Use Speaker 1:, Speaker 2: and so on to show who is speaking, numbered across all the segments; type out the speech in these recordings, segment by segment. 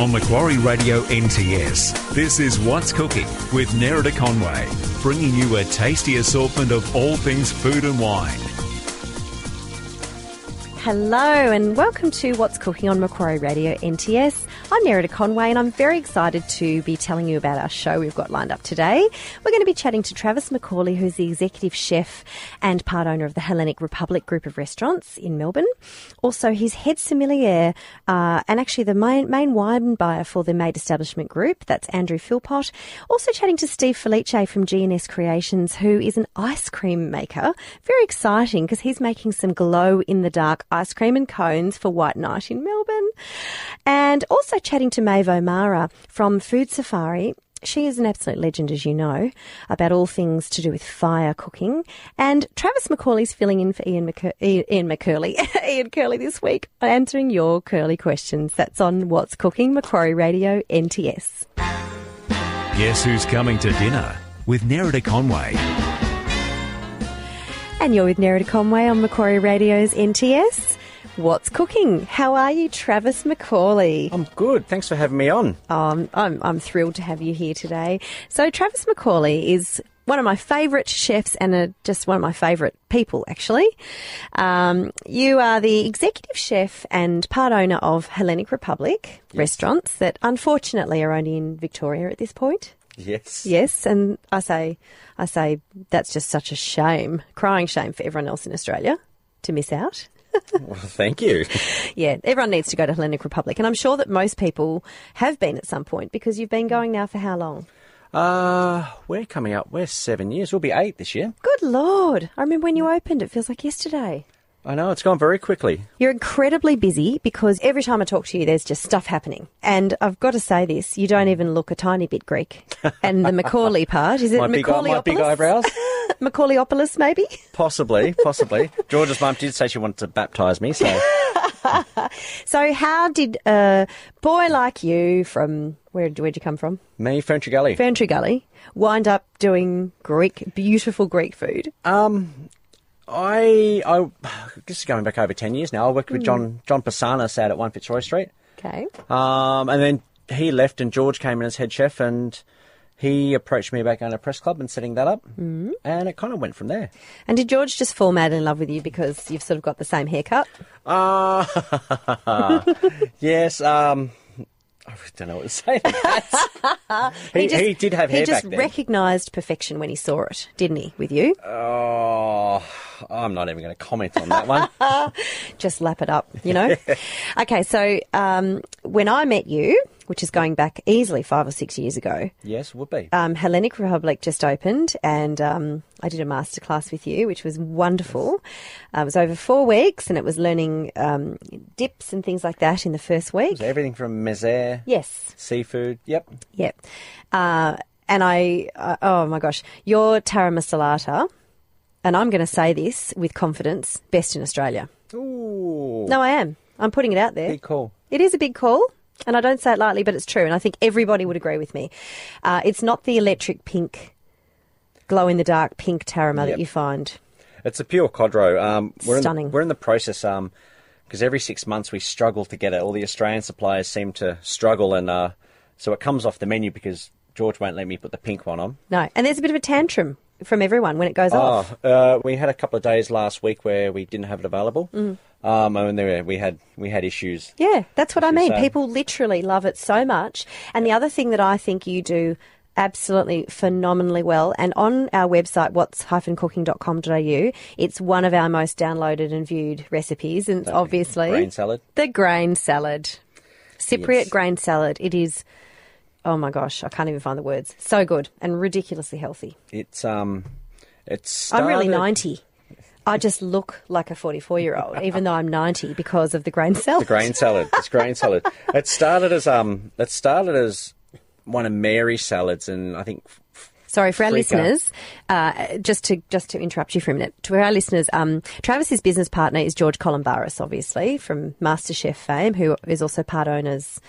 Speaker 1: on Macquarie Radio NTS. This is What's Cooking with Nerida Conway, bringing you a tasty assortment of all things food and wine.
Speaker 2: Hello and welcome to What's Cooking on Macquarie Radio NTS. I'm Nerida Conway and I'm very excited to be telling you about our show we've got lined up today. We're going to be chatting to Travis McCauley, who's the executive chef and part owner of the Hellenic Republic group of restaurants in Melbourne. Also, he's head sommelier uh, and actually the main, main wine buyer for the Made Establishment Group. That's Andrew Philpott. Also chatting to Steve Felice from GNS Creations, who is an ice cream maker. Very exciting because he's making some glow in the dark ice cream and cones for White Night in Melbourne. And also chatting to Maeve O'Mara from Food Safari. She is an absolute legend, as you know, about all things to do with fire cooking. And Travis McCauley's filling in for Ian, McCur- Ian McCurley, Ian Curley this week, answering your curly questions. That's on What's Cooking, Macquarie Radio, NTS.
Speaker 1: Guess who's coming to dinner with Nerida Conway?
Speaker 2: And you're with Nerida Conway on Macquarie Radio's NTS. What's cooking? How are you, Travis McCauley?
Speaker 3: I'm good. Thanks for having me on.
Speaker 2: Um, I'm, I'm thrilled to have you here today. So, Travis McCauley is one of my favourite chefs and uh just one of my favourite people, actually. Um, you are the executive chef and part owner of Hellenic Republic restaurants that unfortunately are only in Victoria at this point.
Speaker 3: Yes.
Speaker 2: Yes, and I say, I say that's just such a shame, crying shame for everyone else in Australia to miss out.
Speaker 3: Well, thank you.
Speaker 2: Yeah, everyone needs to go to Hellenic Republic, and I'm sure that most people have been at some point because you've been going now for how long?
Speaker 3: Uh, we're coming up. We're seven years. We'll be eight this year.
Speaker 2: Good lord! I remember when you opened; it feels like yesterday.
Speaker 3: I know it's gone very quickly.
Speaker 2: You're incredibly busy because every time I talk to you, there's just stuff happening. And I've got to say this: you don't even look a tiny bit Greek. And the Macaulay part is it
Speaker 3: my big, eye- my big
Speaker 2: Macaulayopolis?
Speaker 3: eyebrows.
Speaker 2: Macaulayopolis, maybe.
Speaker 3: possibly, possibly. George's mum did say she wanted to baptise me, so
Speaker 2: So, how did a boy like you from where? Where'd you come from?
Speaker 3: me, Ferntree Gully.
Speaker 2: Ferntree Gully wind up doing Greek, beautiful Greek food.
Speaker 3: I, I, this is going back over ten years now. I worked with John John Pasanis out at One Fitzroy Street,
Speaker 2: Okay.
Speaker 3: um, and then he left, and George came in as head chef, and he approached me about going to a press club and setting that up, mm. and it kind of went from there.
Speaker 2: And did George just fall mad in love with you because you've sort of got the same haircut?
Speaker 3: Ah, yes. Um, I don't know what to say. to that. he, he,
Speaker 2: just-
Speaker 3: did have hair
Speaker 2: He just
Speaker 3: back then.
Speaker 2: recognised perfection when he saw it, didn't he? With you,
Speaker 3: oh, I'm not even going to comment on that one.
Speaker 2: just lap it up, you know. okay, so um, when I met you, which is going back easily five or six years ago,
Speaker 3: yes, would be.
Speaker 2: um, Hellenic Republic just opened, and um, I did a masterclass with you, which was wonderful. Uh, it was over four weeks, and it was learning um, dips and things like that in the first week.
Speaker 3: So everything from mezze,
Speaker 2: Yes,
Speaker 3: seafood. Yep.
Speaker 2: yep. Uh, and I, uh, oh my gosh, your taramasalata, and I'm going to say this with confidence, best in Australia.
Speaker 3: Ooh,
Speaker 2: No, I am. I'm putting it out there.
Speaker 3: pretty cool.
Speaker 2: It is a big call, and I don't say it lightly, but it's true, and I think everybody would agree with me. Uh, it's not the electric pink, glow in the dark pink tarama that
Speaker 3: Yep.
Speaker 2: you find.
Speaker 3: It's a pure codro. Um, we're
Speaker 2: Stunning.
Speaker 3: In, we're in the process um 'cause because every six months we struggle to get it. All the Australian suppliers seem to struggle, and uh, so it comes off the menu because George won't let me put the pink one on.
Speaker 2: No, and there's a bit of a tantrum from everyone when it goes off.
Speaker 3: Oh, uh, we had a couple of days last week where we didn't have it available. Um, and there we had we had issues.
Speaker 2: Mm. Yeah, that's what I
Speaker 3: is
Speaker 2: mean.
Speaker 3: sad.
Speaker 2: People literally love it so much. And the other thing that I think you do absolutely phenomenally well and on our website what's-cooking.com.au it's one of our most downloaded and viewed recipes and it's obviously
Speaker 3: Brain salad.
Speaker 2: The grain salad. Cypriot
Speaker 3: Yes.
Speaker 2: grain salad. It is, oh my gosh, I can't even find the words. So good and ridiculously healthy.
Speaker 3: It's um, it's.
Speaker 2: I'm really
Speaker 3: started-
Speaker 2: 90. I just look like a 44 year old, even though I'm 90 because of the grain salad.
Speaker 3: Grain salad. It's grain salad. It started as um, it started as one of Mary's salads, and I think
Speaker 2: Sorry for our
Speaker 3: Freak out.
Speaker 2: listeners, uh, just to just to interrupt you for a minute. To our listeners, um, Travis's business partner is George Columbaris, obviously from MasterChef fame, who is also part owners,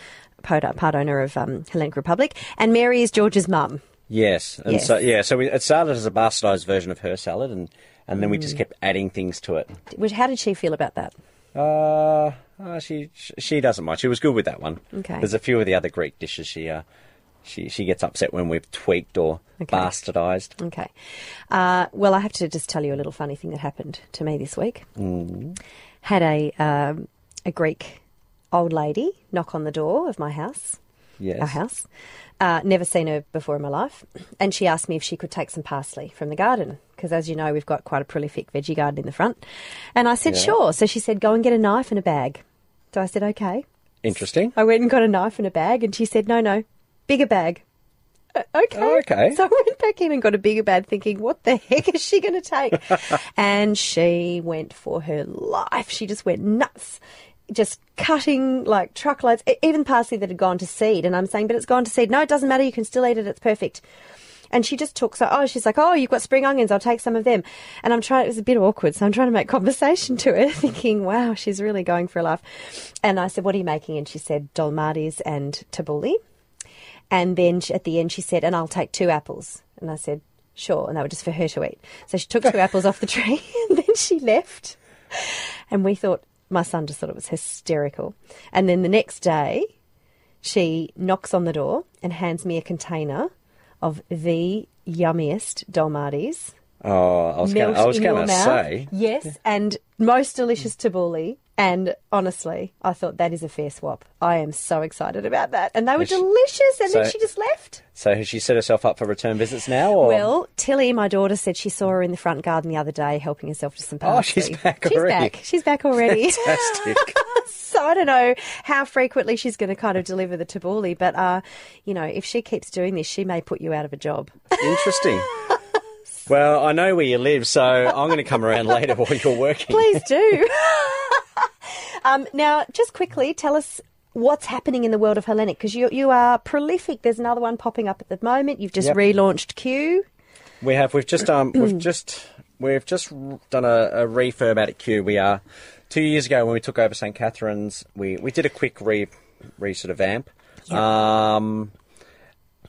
Speaker 2: part, part owner of um, Hellenic Republic, and Mary is George's mum.
Speaker 3: yes, and
Speaker 2: Yes.
Speaker 3: so yeah, so we, it started as a bastardized version of her
Speaker 2: Mm.
Speaker 3: salad, and and then we just kept adding things to it.
Speaker 2: How did she feel about that?
Speaker 3: Uh, Uh, she sh- she doesn't mind. She was good with that one.
Speaker 2: Okay.
Speaker 3: There's a few of the other Greek dishes she uh, she she gets upset when we've tweaked or
Speaker 2: Okay.
Speaker 3: bastardized.
Speaker 2: Okay. Uh, well, I have to just tell you a little funny thing that happened to me this week.
Speaker 3: Mm-hmm.
Speaker 2: Had a um, a Greek old lady knock on the door of my house,
Speaker 3: Yes.
Speaker 2: our house. Uh, never seen her before in my life, and she asked me if she could take some parsley from the garden because, as you know, we've got quite a prolific veggie garden in the front. And I said
Speaker 3: Yeah.
Speaker 2: sure. So she said, "Go and get a knife and a bag." So I said, "Okay."
Speaker 3: Interesting.
Speaker 2: I went and got a knife and a bag, and she said, "No, no, bigger bag." Uh, okay.
Speaker 3: Oh, okay.
Speaker 2: So I went back in and got a bigger bag, thinking, "What the heck is she going to take?" and she went for her life. She just went nuts. Just cutting like truckloads, e- even parsley that had gone to seed. And I'm saying, but it's gone to seed. No, it doesn't matter. You can still eat it. It's perfect. And she just took so. Oh, she's like, oh, you've got spring onions. I'll take some of them. And I'm trying. It was a bit awkward, so I'm trying to make conversation to her, thinking, wow, she's really going for a laugh. And I said, what are you making? And she said, dolmades and tabbouleh. And then she, at the end, she said, and I'll take two apples. And I said, sure. And they were just for her to eat. So she took two apples off the tree and then she left. And we thought, my son just thought it was hysterical. And then the next day, she knocks on the door and hands me a container of the yummiest dolmades.
Speaker 3: Oh, I was gonna,
Speaker 2: Melt
Speaker 3: I was
Speaker 2: in your
Speaker 3: gonna
Speaker 2: mouth.
Speaker 3: say.
Speaker 2: Yes, and most delicious tabbouleh. And honestly, I thought that is a fair swap. I am so excited about that. And they were
Speaker 3: Yes.
Speaker 2: delicious, and then
Speaker 3: So- Oh.
Speaker 2: she just left.
Speaker 3: So has she set herself up for return visits now? Or?
Speaker 2: Well, Tilly, my daughter, said she saw her in the front garden the other day helping herself to some
Speaker 3: Oh,
Speaker 2: parsley.
Speaker 3: she's back already.
Speaker 2: She's back. She's back already.
Speaker 3: Fantastic.
Speaker 2: so I don't know how frequently she's going to kind of deliver the tabbouleh, but uh, you know, if she keeps doing this, she may put you out of a job.
Speaker 3: Interesting. Well, I know where you live, so I'm going to come around later while you're working.
Speaker 2: Please do. um, now, just quickly, tell us what's happening in the world of Hellenic because you you are prolific. There's another one popping up at the moment. You've just
Speaker 3: Yep.
Speaker 2: relaunched Q.
Speaker 3: We have. We've just um. we've just. We've just done a, a refurb out at Kew. We are two years ago when we took over St Catherine's. We we did a quick re re sort of amp. Um.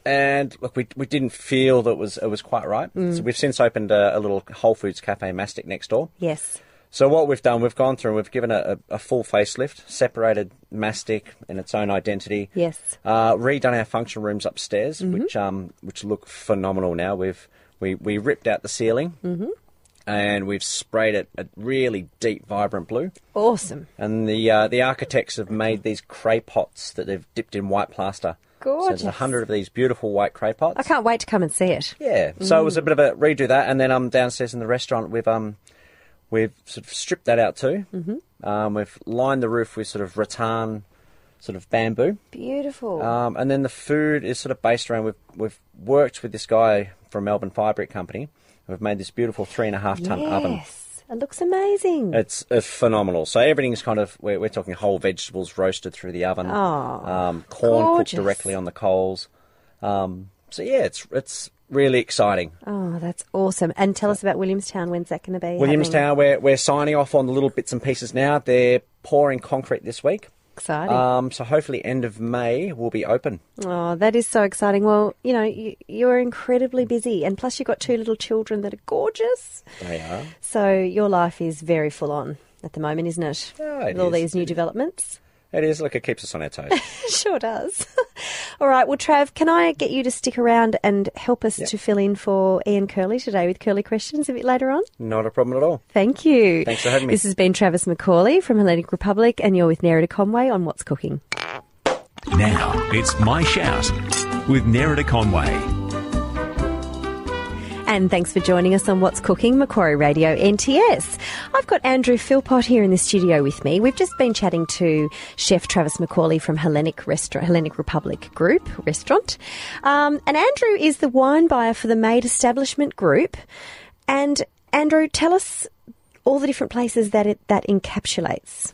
Speaker 3: And look, we, we didn't feel that was it was quite right. So we've since opened a, a little Whole Foods cafe, Mastic, next door.
Speaker 2: Yes.
Speaker 3: So what we've done, we've gone through and we've given it a, a full facelift, separated mastic and its own identity.
Speaker 2: Yes. Mm-hmm.
Speaker 3: Uh, redone our function rooms upstairs, which um which look phenomenal now. We've we, we ripped out the ceiling
Speaker 2: Mm-hmm.
Speaker 3: and we've sprayed it a really deep, vibrant blue.
Speaker 2: Awesome.
Speaker 3: And the uh, the architects have made these cray pots that they've dipped in white plaster. So there's a
Speaker 2: Gorgeous.
Speaker 3: hundred of these beautiful white cray pots.
Speaker 2: I can't wait to come and see it.
Speaker 3: Yeah. So it was
Speaker 2: Mm.
Speaker 3: a bit of a redo that, and then um downstairs in the restaurant we've um we've sort of stripped that out too. Mm-hmm. Um, we've lined the roof with sort of rattan, sort of bamboo,
Speaker 2: Beautiful.
Speaker 3: um, and then the food is sort of based around we've we've worked with this guy from Melbourne Firebrick Company. We've made this beautiful three and a half ton oven.
Speaker 2: yes. It looks amazing.
Speaker 3: It's, it's phenomenal. So everything's kind of we're, we're talking whole vegetables roasted through the oven, um, corn
Speaker 2: Oh, gorgeous.
Speaker 3: cooked directly on the coals. Um, so yeah, it's it's really exciting.
Speaker 2: Oh, that's awesome. And tell us about Williamstown. When's that going to be? happening?
Speaker 3: Williamstown, we're, we're signing off on the little bits and pieces now. They're pouring concrete this week.
Speaker 2: Exciting.
Speaker 3: Um, so hopefully end of May will be open.
Speaker 2: oh, that is so exciting. Well, you know, you, you're incredibly busy. And plus, you've got two little children that are gorgeous.
Speaker 3: They are.
Speaker 2: So your life is very full on at the moment, isn't it?
Speaker 3: Yeah, it
Speaker 2: With all
Speaker 3: is.
Speaker 2: these new developments.
Speaker 3: It is. Look, it keeps us on our toes.
Speaker 2: sure does. all right. Well, Trav, can I get you to stick around and help us to fill in for Ian Curley today with Curly questions a bit later on?
Speaker 3: Not a problem at all.
Speaker 2: Thank you.
Speaker 3: Thanks for having me.
Speaker 2: This has been Travis McCauley from Hellenic Republic, and you're with Nerida Conway on What's Cooking.
Speaker 1: Now it's My Shout with Nerida Conway.
Speaker 2: And thanks for joining us on What's Cooking, Macquarie Radio NTS. I've got Andrew Philpott here in the studio with me. We've just been chatting to Chef Travis McCauley from Hellenic Restaurant, Hellenic Republic Group Restaurant. Um, and Andrew is the wine buyer for the Made Establishment Group. And Andrew, tell us all the different places that it that encapsulates.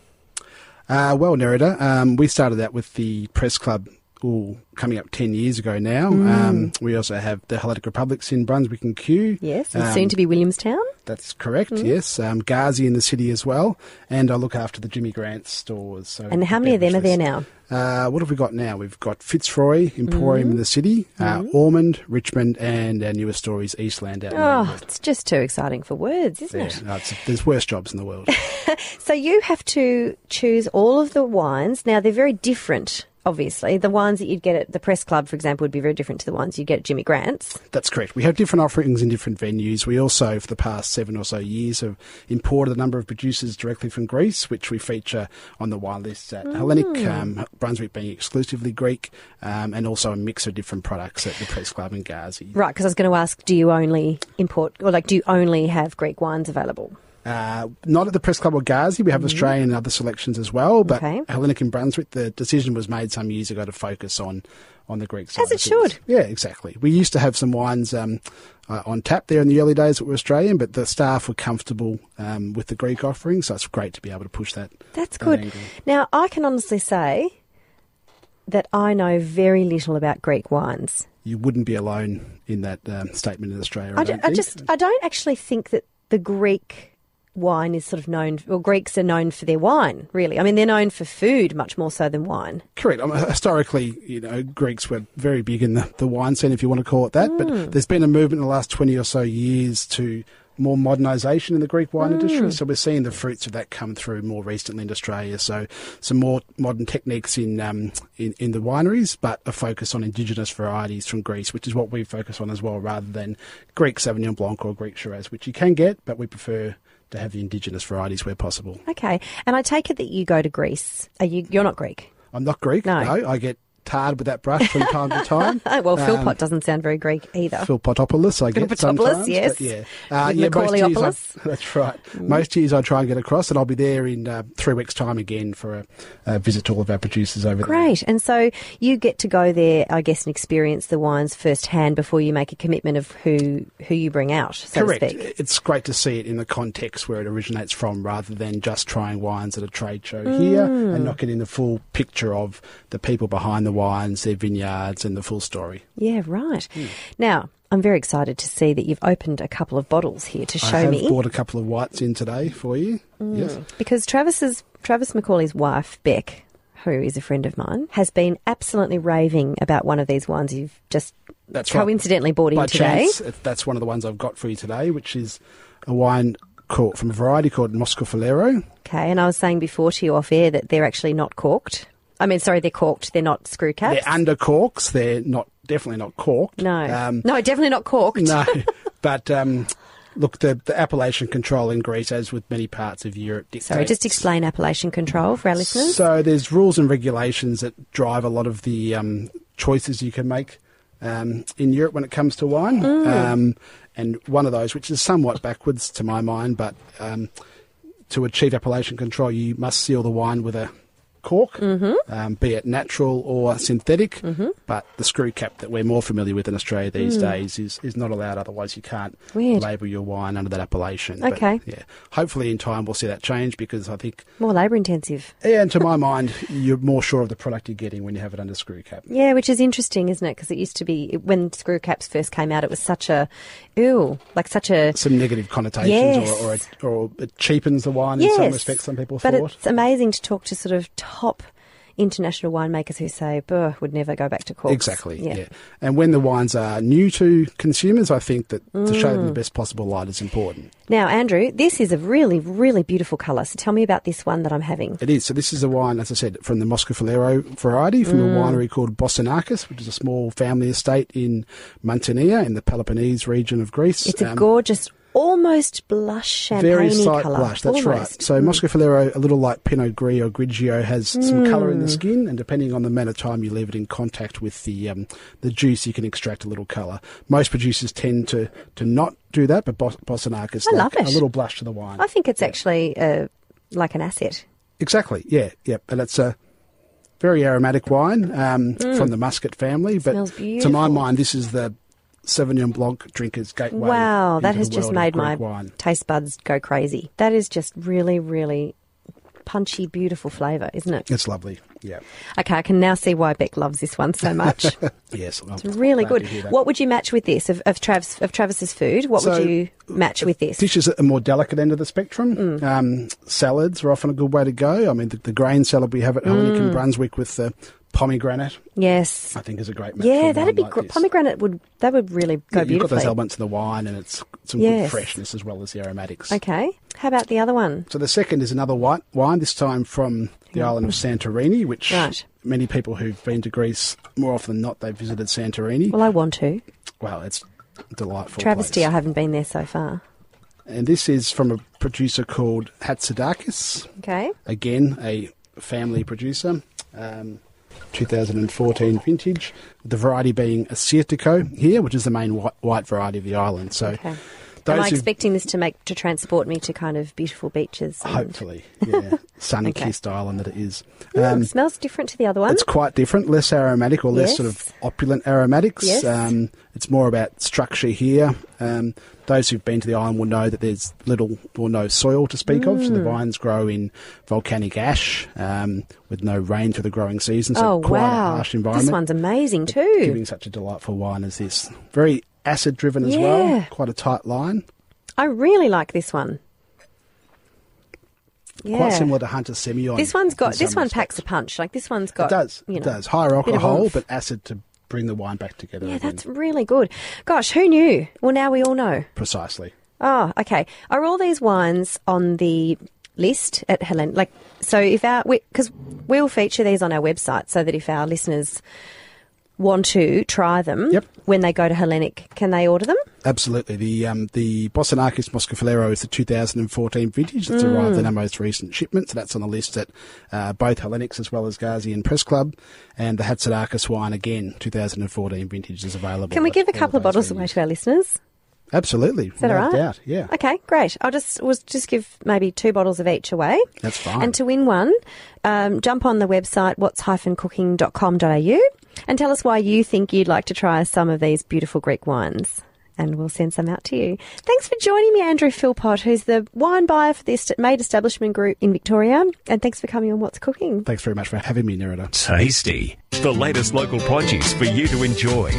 Speaker 4: Uh, well, Nerida, um, we started out with the press club school coming up 10 years ago now.
Speaker 2: Mm.
Speaker 4: Um, we also have the Hellenic Republics in Brunswick and Kew.
Speaker 2: Yes, Mm. and
Speaker 4: Um,
Speaker 2: soon to be Williamstown.
Speaker 4: That's correct, yes. Um, Ghazi in the city as well. And I look after the Jimmy Grant stores. So
Speaker 2: And how many of them are there now?
Speaker 4: Uh, what have we got now? We've got Fitzroy,
Speaker 2: Mm.
Speaker 4: Emporium in the city, uh, Ormond, Richmond, and our newest store is Eastland out in
Speaker 2: Oh,
Speaker 4: Melbourne.
Speaker 2: it's just too exciting for words, isn't
Speaker 4: Yeah,
Speaker 2: it?
Speaker 4: no, it's- there's worse jobs in the world.
Speaker 2: So you have to choose all of the wines. Now they're very different. Obviously, the wines that you'd get at the Press Club, for example, would be very different to the ones you'd get at Jimmy Grant's.
Speaker 4: That's correct. We have different offerings in different venues. We also, for the past seven or so years, have imported a number of producers directly from Greece, which we feature on the wine list at Hellenic, um, Brunswick being exclusively Greek, um, and also a mix of different products at the Press Club and Ghazi.
Speaker 2: Right, because I was going to ask, do you only import, or like, do you only have Greek wines available?
Speaker 4: Uh, not at the Press Club or Ghazi. We have Australian and other selections as well, but
Speaker 2: Mm-hmm. Okay.
Speaker 4: Hellenic and Brunswick, the decision was made some years ago to focus on on the Greek side.
Speaker 2: As
Speaker 4: of
Speaker 2: it
Speaker 4: things.
Speaker 2: should.
Speaker 4: Yeah, exactly. We used to have some wines um, uh, on tap there in the early days that were Australian, but the staff were comfortable um, with the Greek offering, so it's great to be able to push that.
Speaker 2: That's
Speaker 4: that
Speaker 2: good.
Speaker 4: angle.
Speaker 2: Now, I can honestly say that I know very little about Greek wines.
Speaker 4: You wouldn't be alone in that um, statement in Australia. I,
Speaker 2: I, ju-
Speaker 4: don't
Speaker 2: I
Speaker 4: think.
Speaker 2: just, I don't actually think that the Greek wine is sort of known, well, Greeks are known for their wine, really. I mean, they're known for food much more so than wine.
Speaker 4: Correct. Um, historically, you know, Greeks were very big in the, the wine scene, if you want to call it that. But there's been a movement in the last 20 or so years to more modernisation in the Greek wine industry. So we're seeing the fruits of that come through more recently in Australia. So some more modern techniques in, um, in, in the wineries, but a focus on indigenous varieties from Greece, which is what we focus on as well, rather than Greek Sauvignon Blanc or Greek Shiraz, which you can get, but we prefer to have the indigenous varieties where possible.
Speaker 2: Okay. And I take it that you go to Greece. Are you, you're not Greek.
Speaker 4: I'm not Greek.
Speaker 2: No.
Speaker 4: I get tarred with that brush from time to time.
Speaker 2: Oh, well,
Speaker 4: Um,
Speaker 2: Philpot doesn't sound very Greek either.
Speaker 4: Philpotopoulos, I get
Speaker 2: Philpotopoulos,
Speaker 4: sometimes.
Speaker 2: yes.
Speaker 4: but yeah. Uh,
Speaker 2: With Mm.
Speaker 4: yeah, most years I,
Speaker 2: Macaulayopoulos.
Speaker 4: that's right. Most years I try and get across, and I'll be there in uh, three weeks' time again for a, a visit to all of our producers over there.
Speaker 2: Great. And so you get to go there, I guess, and experience the wines firsthand before you make a commitment of who who you bring out, so
Speaker 4: Correct.
Speaker 2: to speak.
Speaker 4: It's great to see it in the context where it originates from rather than just trying wines at a trade show
Speaker 2: Mm.
Speaker 4: here and not getting the full picture of the people behind the wines, their vineyards, and the full story.
Speaker 2: Yeah, right.
Speaker 4: Hmm.
Speaker 2: Now, I'm very excited to see that you've opened a couple of bottles here to
Speaker 4: I
Speaker 2: show
Speaker 4: have
Speaker 2: me. Mm.
Speaker 4: brought a couple of whites in today for you. Yes.
Speaker 2: Because Travis's Travis Macaulay's wife, Beck, who is a friend of mine, has been absolutely raving about one of these wines you've just
Speaker 4: That's right.
Speaker 2: coincidentally bought in
Speaker 4: By
Speaker 2: today.
Speaker 4: chance, it- that's one of the ones I've got for you today, which is a wine called, from a variety called Moscofolero.
Speaker 2: Okay, and I was saying before to you off air that they're actually not corked. I mean, sorry, they're corked. They're not screw caps.
Speaker 4: They're under corks. They're not definitely not corked.
Speaker 2: no,
Speaker 4: Um,
Speaker 2: no, definitely not corked.
Speaker 4: no. but um, look, the, the appellation control in Greece, as with many parts of Europe, dictates.
Speaker 2: Sorry, just explain appellation control for our listeners.
Speaker 4: So there's rules and regulations that drive a lot of the um, choices you can make um, in Europe when it comes to wine.
Speaker 2: Mm.
Speaker 4: Um, and one of those, which is somewhat backwards to my mind, but um, to achieve appellation control, you must seal the wine with a cork,
Speaker 2: Mm-hmm.
Speaker 4: um, be it natural or synthetic. But the screw cap that we're more familiar with in Australia these days is, is not allowed. Otherwise, you can't
Speaker 2: Mm. Weird.
Speaker 4: label your wine under that appellation. But,
Speaker 2: Okay.
Speaker 4: yeah. Hopefully, in time, we'll see that change because I think
Speaker 2: More labour intensive.
Speaker 4: yeah, and to my mind, you're more sure of the product you're getting when you have it under screw cap.
Speaker 2: Yeah, which is interesting, isn't it? Because it used to be it- when screw caps first came out, it was such a ew, like such a
Speaker 4: Some negative connotations,
Speaker 2: Yes.
Speaker 4: or, or, it, or it cheapens the wine in some respects. Some people
Speaker 2: but
Speaker 4: thought.
Speaker 2: it's amazing to talk to sort of top international winemakers who say, "Buh, would never go back to corks."
Speaker 4: Exactly. Yeah. and when the wines are new to consumers, I think that to show
Speaker 2: Mm.
Speaker 4: them the best possible light is important.
Speaker 2: Now, Andrew, this is a really, really beautiful colour. So tell me about this one that I'm having.
Speaker 4: It is. So this is a wine, as I said, from the Moscofolero variety from
Speaker 2: Mm.
Speaker 4: a winery called Bosanakis, which is a small family estate in Mantinea in the Peloponnese region of Greece.
Speaker 2: It's a
Speaker 4: Um,
Speaker 2: gorgeous, almost blush champagne
Speaker 4: very slight
Speaker 2: colour.
Speaker 4: blush. That's right.
Speaker 2: Almost. Mm.
Speaker 4: So Moscofolero, a little like Pinot Gris or Grigio, has some colour
Speaker 2: Mm.
Speaker 4: in the skin, and depending on the amount of time you leave it in contact with the um, the juice, you can extract a little colour. Most producers tend to to not do that, but Bos- Bosanakis
Speaker 2: I love
Speaker 4: like
Speaker 2: it.
Speaker 4: a little blush to the wine.
Speaker 2: I think it's actually uh, like an asset.
Speaker 4: Exactly. Yeah. Yep. And it's a very aromatic wine um, from the Muscat family. But
Speaker 2: Mm. Smells
Speaker 4: to my
Speaker 2: beautiful.
Speaker 4: mind, this is the Sauvignon Blanc drinker's gateway.
Speaker 2: Wow, that
Speaker 4: into
Speaker 2: has
Speaker 4: the
Speaker 2: just
Speaker 4: world of
Speaker 2: made my
Speaker 4: Greek wine.
Speaker 2: taste buds go crazy. That is just really, really punchy, beautiful flavour, isn't it?
Speaker 4: It's lovely. Yeah.
Speaker 2: Okay, I can now see why Beck loves this one so much.
Speaker 4: Yes. It's
Speaker 2: really good. What would you match with this of, of Travis of Travis's food? What
Speaker 4: So, uh,
Speaker 2: would you match with this?
Speaker 4: Dishes at the more delicate end of the spectrum.
Speaker 2: Mm.
Speaker 4: Um, salads are often a good way to go. I mean, the, the grain salad we have at Honick
Speaker 2: Mm.
Speaker 4: in Brunswick with the pomegranate,
Speaker 2: yes.
Speaker 4: I think, is a great match. for
Speaker 2: Yeah,
Speaker 4: a
Speaker 2: that'd be
Speaker 4: wine like
Speaker 2: great.
Speaker 4: this.
Speaker 2: Pomegranate would that would really go
Speaker 4: Yeah, You've got
Speaker 2: beautifully.
Speaker 4: those elements of the wine, and it's some
Speaker 2: Yes.
Speaker 4: good freshness as well as the aromatics.
Speaker 2: okay. How about the other one?
Speaker 4: So the second is another white wine, this time from the island of Santorini, which
Speaker 2: Right.
Speaker 4: many people who've been to Greece more often than not they've visited Santorini.
Speaker 2: Well, I want to.
Speaker 4: Wow, it's a delightful.
Speaker 2: Travesty, I
Speaker 4: place.
Speaker 2: haven't been there so far.
Speaker 4: and this is from a producer called Hatsidakis.
Speaker 2: Okay.
Speaker 4: Again, a family producer. Um, 2014 vintage, the variety being a Assyrtiko here, which is the main white, white variety of the island. So,
Speaker 2: Okay.
Speaker 4: those
Speaker 2: Am I
Speaker 4: who-
Speaker 2: expecting this to make to transport me to kind of beautiful beaches? and-
Speaker 4: hopefully, yeah, sun kissed island that it is. Um,
Speaker 2: Oh, it smells different to the other one.
Speaker 4: It's quite different, less aromatic or less sort
Speaker 2: Yes.
Speaker 4: of opulent aromatics.
Speaker 2: Yes.
Speaker 4: Um, it's more about structure here. Um, those who've been to the island will know that there's little or no soil to speak of, so
Speaker 2: Mm.
Speaker 4: the vines grow in volcanic ash um, with no rain for the growing season. So
Speaker 2: oh
Speaker 4: quite
Speaker 2: wow!
Speaker 4: a harsh
Speaker 2: This
Speaker 4: environment.
Speaker 2: one's amazing too.
Speaker 4: Giving such a delightful wine as this, very acid driven as
Speaker 2: Yeah.
Speaker 4: well. Quite a tight line.
Speaker 2: I really like this one. Yeah.
Speaker 4: Quite similar to Hunter Semillon.
Speaker 2: This one's
Speaker 4: in
Speaker 2: got
Speaker 4: some
Speaker 2: this one
Speaker 4: respects.
Speaker 2: packs a punch. Like this one's got
Speaker 4: It does.
Speaker 2: You know,
Speaker 4: it does. Higher
Speaker 2: bit of
Speaker 4: alcohol,
Speaker 2: oomph.
Speaker 4: but acid to bring the wine back together.
Speaker 2: yeah,
Speaker 4: again.
Speaker 2: that's really good. Gosh, who knew? Well, now we all know.
Speaker 4: precisely.
Speaker 2: Oh, okay. Are all these wines on the list at Helen? Like, so if our because we, will feature these on our website, so that if our listeners want to try them
Speaker 4: Yep.
Speaker 2: when they go to Hellenic, can they order them?
Speaker 4: Absolutely. The um, the Bossanakis Moscofilero is the 2014 vintage that's
Speaker 2: Mm.
Speaker 4: arrived in our most recent shipment. So that's on the list at uh, both Hellenics as well as Ghazi and Press Club. And the Hatsidakis wine, again, 2014 vintage is available.
Speaker 2: Can we
Speaker 4: at
Speaker 2: give a
Speaker 4: all
Speaker 2: couple of
Speaker 4: those
Speaker 2: bottles away
Speaker 4: venues.
Speaker 2: to our listeners?
Speaker 4: Absolutely.
Speaker 2: Is that
Speaker 4: no
Speaker 2: all right?
Speaker 4: doubt. Yeah.
Speaker 2: Okay, great. I'll just was just give maybe two bottles of each away.
Speaker 4: That's fine.
Speaker 2: And to win one, um, jump on the website what's-cooking.com.au and tell us why you think you'd like to try some of these beautiful Greek wines. And we'll send some out to you. Thanks for joining me, Andrew Philpott, who's the wine buyer for the Est- Made Establishment Group in Victoria. And thanks for coming on What's Cooking.
Speaker 4: Thanks very much for having me, Nerida.
Speaker 1: Tasty. The latest local produce for you to enjoy.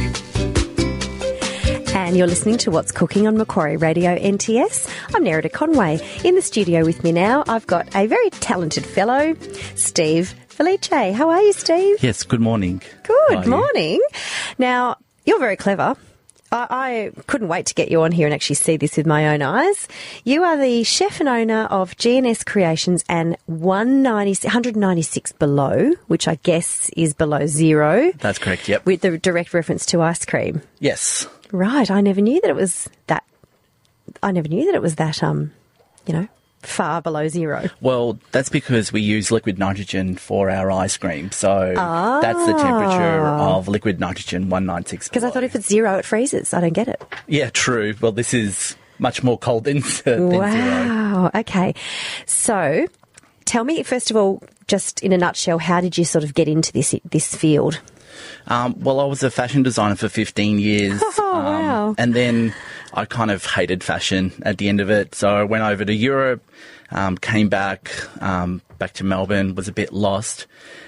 Speaker 2: And you're listening to What's Cooking on Macquarie Radio NTS. I'm Nerida Conway. In the studio with me now, I've got a very talented fellow, Steve Felice. How are you, Steve?
Speaker 5: Yes, good morning. How are
Speaker 2: Good
Speaker 5: you?
Speaker 2: morning. Now, you're very clever. I, I couldn't wait to get you on here and actually see this with my own eyes. You are the chef and owner of GNS Creations and 190 196 Below, which I guess is below zero,
Speaker 5: That's correct, yep.
Speaker 2: with the direct reference to ice cream.
Speaker 5: yes.
Speaker 2: Right. I never knew that it was that. I never knew that it was that. Um, you know, far below zero.
Speaker 5: Well, that's because we use liquid nitrogen for our ice cream. So that's the temperature of liquid nitrogen 196.
Speaker 2: Ah. Because I thought if it's zero, it freezes. I don't get it.
Speaker 5: Yeah, true. Well, this is much more cold than, than zero.
Speaker 2: Wow. Okay. So, tell me first of all, just in a nutshell, how did you sort of get into this this field?
Speaker 5: Um, well, I was a fashion designer for 15 years.
Speaker 2: Oh,
Speaker 5: um,
Speaker 2: wow.
Speaker 5: And then I kind of hated fashion at the end of it. So I went over to Europe, um, came back, um, back to Melbourne, was a bit lost.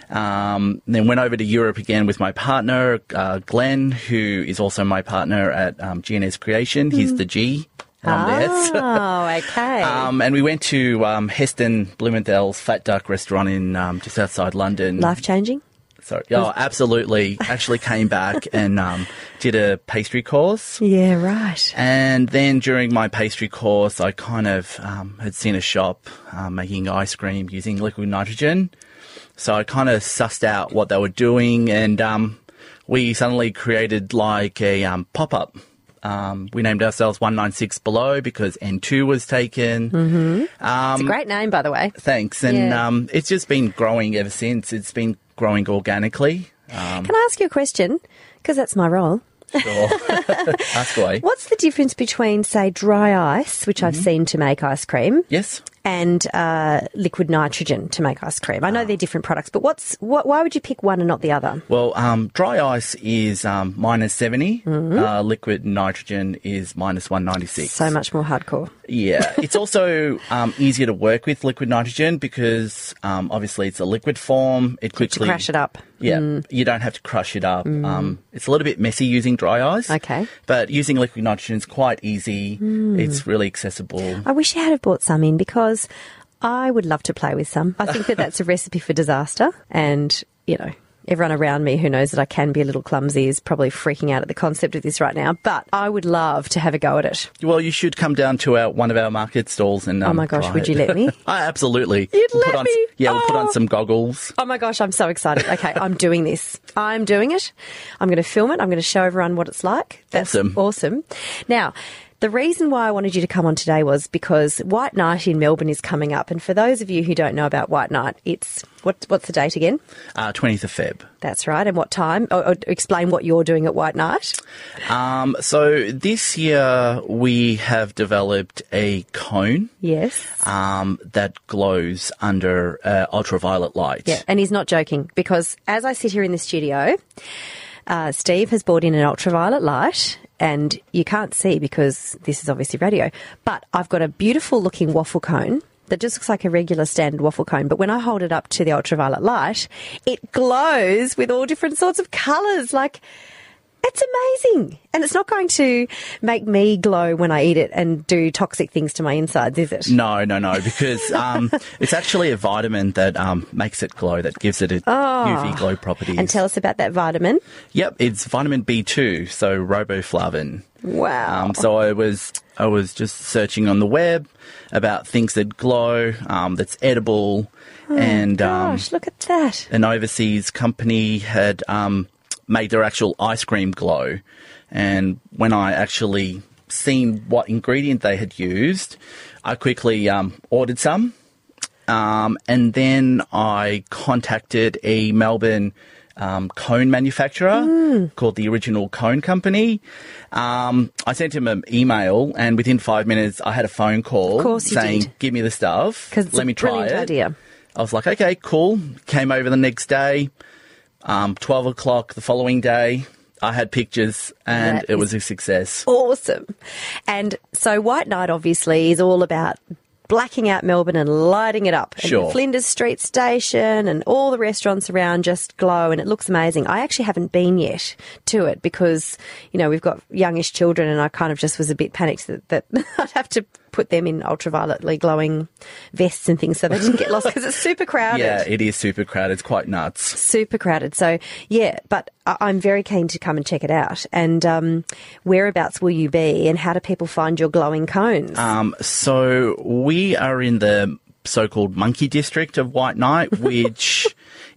Speaker 5: Um, then went over to Europe again with my partner, uh, Glenn, who is also my partner at um, GNS Creation.
Speaker 2: Mm.
Speaker 5: He's the G. Um, there. So-
Speaker 2: Oh, okay.
Speaker 5: um, and we went to um, Heston Blumenthal's Fat Duck restaurant in um, just outside London.
Speaker 2: Life changing.
Speaker 5: Sorry. Oh, absolutely. Actually came back and um, did a pastry course.
Speaker 2: Yeah. Right.
Speaker 5: And then during my pastry course, I kind of um, had seen a shop um, making ice cream using liquid nitrogen. So I kind of sussed out what they were doing and um, we suddenly created like a um, pop up. Um, we named ourselves 196 Below because N2 was taken.
Speaker 2: It's a great name, by the way.
Speaker 5: Thanks. And
Speaker 2: Yeah.
Speaker 5: um, it's just been growing ever since. It's been growing organically.
Speaker 2: Can I ask you a question? Because that's my role.
Speaker 5: Sure. Ask away.
Speaker 2: What's the difference between, say, dry ice, which I've seen to make ice cream,
Speaker 5: Yes.
Speaker 2: and uh, liquid nitrogen to make ice cream. I know they're different products, but what's what, why would you pick one and not the other?
Speaker 5: Well, um, dry ice is um, minus 70.
Speaker 2: Mm-hmm.
Speaker 5: Uh, liquid nitrogen is minus 196.
Speaker 2: So much more hardcore.
Speaker 5: Yeah, it's also um, easier to work with liquid nitrogen because um, obviously it's a liquid form. It quickly
Speaker 2: crush it up. Mm.
Speaker 5: Yeah, you don't have to crush it up. Um, it's a little bit messy using dry ice.
Speaker 2: Okay. Mm.
Speaker 5: but using liquid nitrogen is quite easy. It's really accessible.
Speaker 2: I wish I had have bought some in because I would love to play with some. I think that that's a recipe for disaster, and you know. Everyone around me who knows that I can be a little clumsy is probably freaking out at the concept of this right now, but I would love to have a go at it. Oh
Speaker 5: Well, you should come down to our one of our market stalls and. Um,
Speaker 2: my gosh,
Speaker 5: try
Speaker 2: would you
Speaker 5: it.
Speaker 2: let me?
Speaker 5: I absolutely.
Speaker 2: You'd
Speaker 5: We'll
Speaker 2: let
Speaker 5: put on,
Speaker 2: me?
Speaker 5: Yeah, we'll put on
Speaker 2: Oh.
Speaker 5: some goggles.
Speaker 2: Oh my gosh, I'm so excited. Okay, I'm doing this. I'm doing it. I'm going to film it. I'm going to show everyone what it's like. That's
Speaker 5: Awesome.
Speaker 2: Awesome. Now, the reason why I wanted you to come on today was because White Night in Melbourne is coming up. And for those of you who don't know about White Night, it's what, what's the date again?
Speaker 5: Uh, 20th of Feb.
Speaker 2: That's right. And what time? Or, or explain what you're doing at White Night.
Speaker 5: Um, so this year we have developed a cone
Speaker 2: Yes.
Speaker 5: um, that glows under uh, ultraviolet light.
Speaker 2: Yeah, and he's not joking because as I sit here in the studio, uh, Steve has brought in an ultraviolet light, and you can't see because this is obviously radio. But I've got a beautiful looking waffle cone that just looks like a regular standard waffle cone. But when I hold it up to the ultraviolet light, it glows with all different sorts of colours, like. It's amazing. And it's not going to make me glow when I eat it and do toxic things to my insides, is it?
Speaker 5: No, no, no, because um, it's actually a vitamin that um, makes it glow, that gives it a UV glow properties.
Speaker 2: Oh. And tell us about that vitamin.
Speaker 5: yep, it's vitamin B2, so riboflavin.
Speaker 2: Wow.
Speaker 5: Um, so I was I was just searching on the web about things that glow, um, that's edible,
Speaker 2: Oh,
Speaker 5: and um,
Speaker 2: Gosh, look at that.
Speaker 5: an overseas company had um, made their actual ice cream glow. And when I actually seen what ingredient they had used, I quickly um, ordered some. Um, and then I contacted a Melbourne um, cone manufacturer
Speaker 2: Hmm.
Speaker 5: called the Original Cone Company. Um, I sent him an email, and within five minutes, I had a phone call
Speaker 2: Of course you
Speaker 5: saying,
Speaker 2: did.
Speaker 5: "Give me the stuff.
Speaker 2: 'Cause it's
Speaker 5: Let
Speaker 2: a
Speaker 5: me try
Speaker 2: brilliant
Speaker 5: it."
Speaker 2: idea.
Speaker 5: I was like, okay, cool. Came over the next day, um, 12 o'clock the following day. I had pictures and
Speaker 2: That
Speaker 5: it
Speaker 2: is-
Speaker 5: was a success.
Speaker 2: awesome. And so White Night obviously is all about blacking out Melbourne and lighting it up. And
Speaker 5: Sure.
Speaker 2: Flinders Street Station and all the restaurants around just glow and it looks amazing. I actually haven't been yet to it because, you know, we've got youngish children and I kind of just was a bit panicked that, that I'd have to put them in ultravioletly glowing vests and things so they didn't get lost because it's super crowded
Speaker 5: Yeah, it is super crowded. It's quite nuts.
Speaker 2: super crowded. So yeah, but I- I'm very keen to come and check it out. And um, whereabouts will you be? And how do people find your glowing cones?
Speaker 5: Um, so we are in the so called monkey district of White Knight, which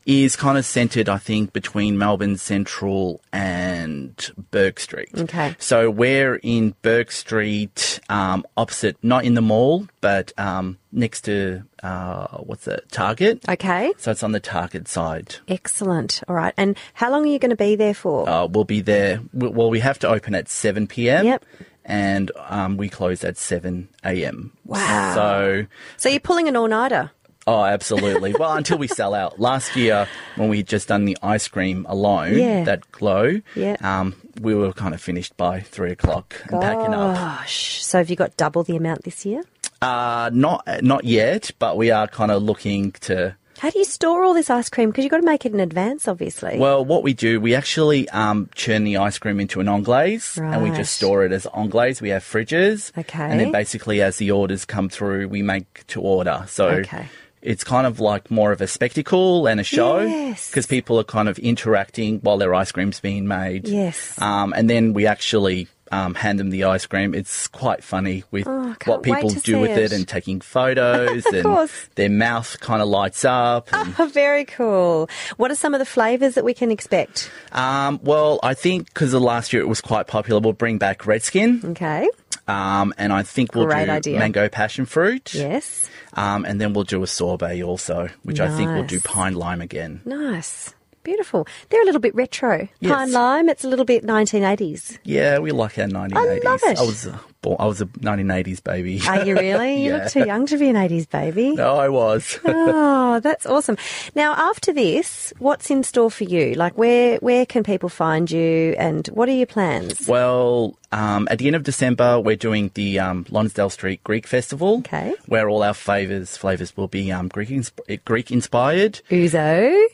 Speaker 5: is kind of centered, I think, between Melbourne Central and Burke Street.
Speaker 2: Okay.
Speaker 5: So we're in Burke Street, um, opposite, not in the mall, but um, next to, uh, what's that, Target?
Speaker 2: okay,
Speaker 5: So it's on the target side.
Speaker 2: excellent. All right. And how long are you going to be there for?
Speaker 5: Uh, we'll be there. we- Well, we have to open at 7 p.m.
Speaker 2: Yep.
Speaker 5: And um, we close at 7 a.m.
Speaker 2: Wow.
Speaker 5: So,
Speaker 2: so you're pulling an all-nighter.
Speaker 5: oh, absolutely. well, until we sell out. Last year, when we had just done the ice cream alone,
Speaker 2: Yeah.
Speaker 5: that glow,
Speaker 2: Yeah.
Speaker 5: um, we were kind of finished by 3 o'clock and packing up.
Speaker 2: Gosh. So have you got double the amount this year?
Speaker 5: Uh, not, not yet, but we are kind of looking to
Speaker 2: How do you store all this ice cream? Because you've got to make it in advance, obviously.
Speaker 5: Well, what we do, we actually um, churn the ice cream into an anglaise, and we
Speaker 2: Right.
Speaker 5: just store it as anglaise. We have fridges,
Speaker 2: Okay.
Speaker 5: and then basically as the orders come through, we make to order. So.
Speaker 2: Okay.
Speaker 5: It's kind of like more of a spectacle and a show
Speaker 2: Yes.
Speaker 5: because people are kind of interacting while their ice cream's being made.
Speaker 2: Yes.
Speaker 5: Um, and then we actually um, hand them the ice cream. It's quite funny with
Speaker 2: Oh, I can't
Speaker 5: what
Speaker 2: wait
Speaker 5: people
Speaker 2: to
Speaker 5: do
Speaker 2: see
Speaker 5: with
Speaker 2: it.
Speaker 5: it. and taking photos and
Speaker 2: course.
Speaker 5: their mouth kind of lights up. and-
Speaker 2: very cool. What are some of the flavours that we can expect?
Speaker 5: Um, well, I think because last year it was quite popular, we'll bring back Redskin.
Speaker 2: Okay.
Speaker 5: Um, and I think we'll
Speaker 2: Great
Speaker 5: do
Speaker 2: idea.
Speaker 5: mango passion fruit.
Speaker 2: Yes.
Speaker 5: Um, and then we'll do a sorbet also, which I think we'll do
Speaker 2: Nice.
Speaker 5: pine lime again.
Speaker 2: Nice. Beautiful. They're a little bit retro.
Speaker 5: Yes.
Speaker 2: Pine lime. It's a little bit 1980s.
Speaker 5: Yeah, we like our 1980s.
Speaker 2: love it.
Speaker 5: I was uh, born, I was a 1980s baby.
Speaker 2: Are you really? You
Speaker 5: Yeah.
Speaker 2: look too young to be an 80s baby.
Speaker 5: no, I was.
Speaker 2: Oh, that's awesome. Now, after this, what's in store for you? Like, where where can people find you, and what are your plans?
Speaker 5: Well, um, at the end of December, we're doing the um, Lonsdale Street Greek Festival,
Speaker 2: Okay.
Speaker 5: where all our flavors flavors will be um, Greek insp- Greek inspired.
Speaker 2: Uzo.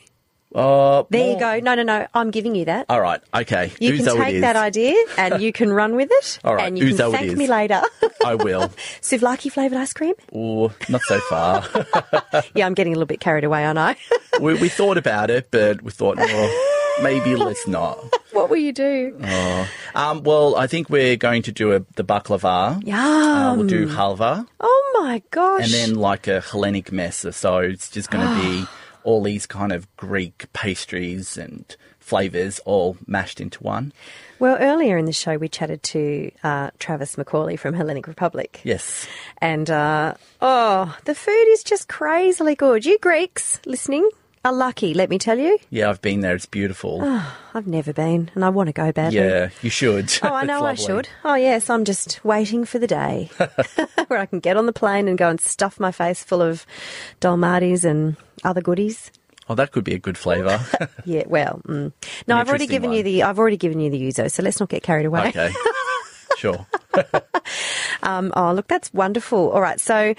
Speaker 5: Uh,
Speaker 2: There you
Speaker 5: more-
Speaker 2: go. No, no, no. I'm giving you that.
Speaker 5: All right, okay.
Speaker 2: You can
Speaker 5: Uzo it
Speaker 2: take
Speaker 5: is.
Speaker 2: that idea and you can run with it.
Speaker 5: All right,
Speaker 2: and you can
Speaker 5: Uzo it
Speaker 2: thank
Speaker 5: is.
Speaker 2: me later.
Speaker 5: I will.
Speaker 2: Souvlaki flavoured ice cream?
Speaker 5: Ooh, not so far.
Speaker 2: Yeah, I'm getting a little bit carried away, aren't I?
Speaker 5: we, we thought about it, but we thought, well, maybe let's not.
Speaker 2: what will you do?
Speaker 5: Um, well, I think we're going to do a, the baklava. Uh, we'll do halva
Speaker 2: Oh my gosh.
Speaker 5: and then like a Hellenic mess. So it's just going to be all these kind of Greek pastries and flavors all mashed into one.
Speaker 2: well, earlier in the show, we chatted to uh, Travis McCauley from Hellenic Republic.
Speaker 5: Yes.
Speaker 2: And uh, oh, the food is just crazily good. You Greeks listening are lucky, let me tell you.
Speaker 5: Yeah, I've been there. It's beautiful.
Speaker 2: I've never been and I want to go badly.
Speaker 5: yeah, you should.
Speaker 2: Oh, I
Speaker 5: It's
Speaker 2: know I
Speaker 5: lovely.
Speaker 2: should. Oh, yes, I'm just waiting for the day where I can get on the plane and go and stuff my face full of Dalmatis and other goodies.
Speaker 5: Oh, that could be a good flavor.
Speaker 2: Yeah, well, mm. no, I've already
Speaker 5: interesting
Speaker 2: given
Speaker 5: one.
Speaker 2: you the I've already given you the Uzo, so let's not get carried away.
Speaker 5: okay. Sure.
Speaker 2: Um, oh, look, that's wonderful. All right, so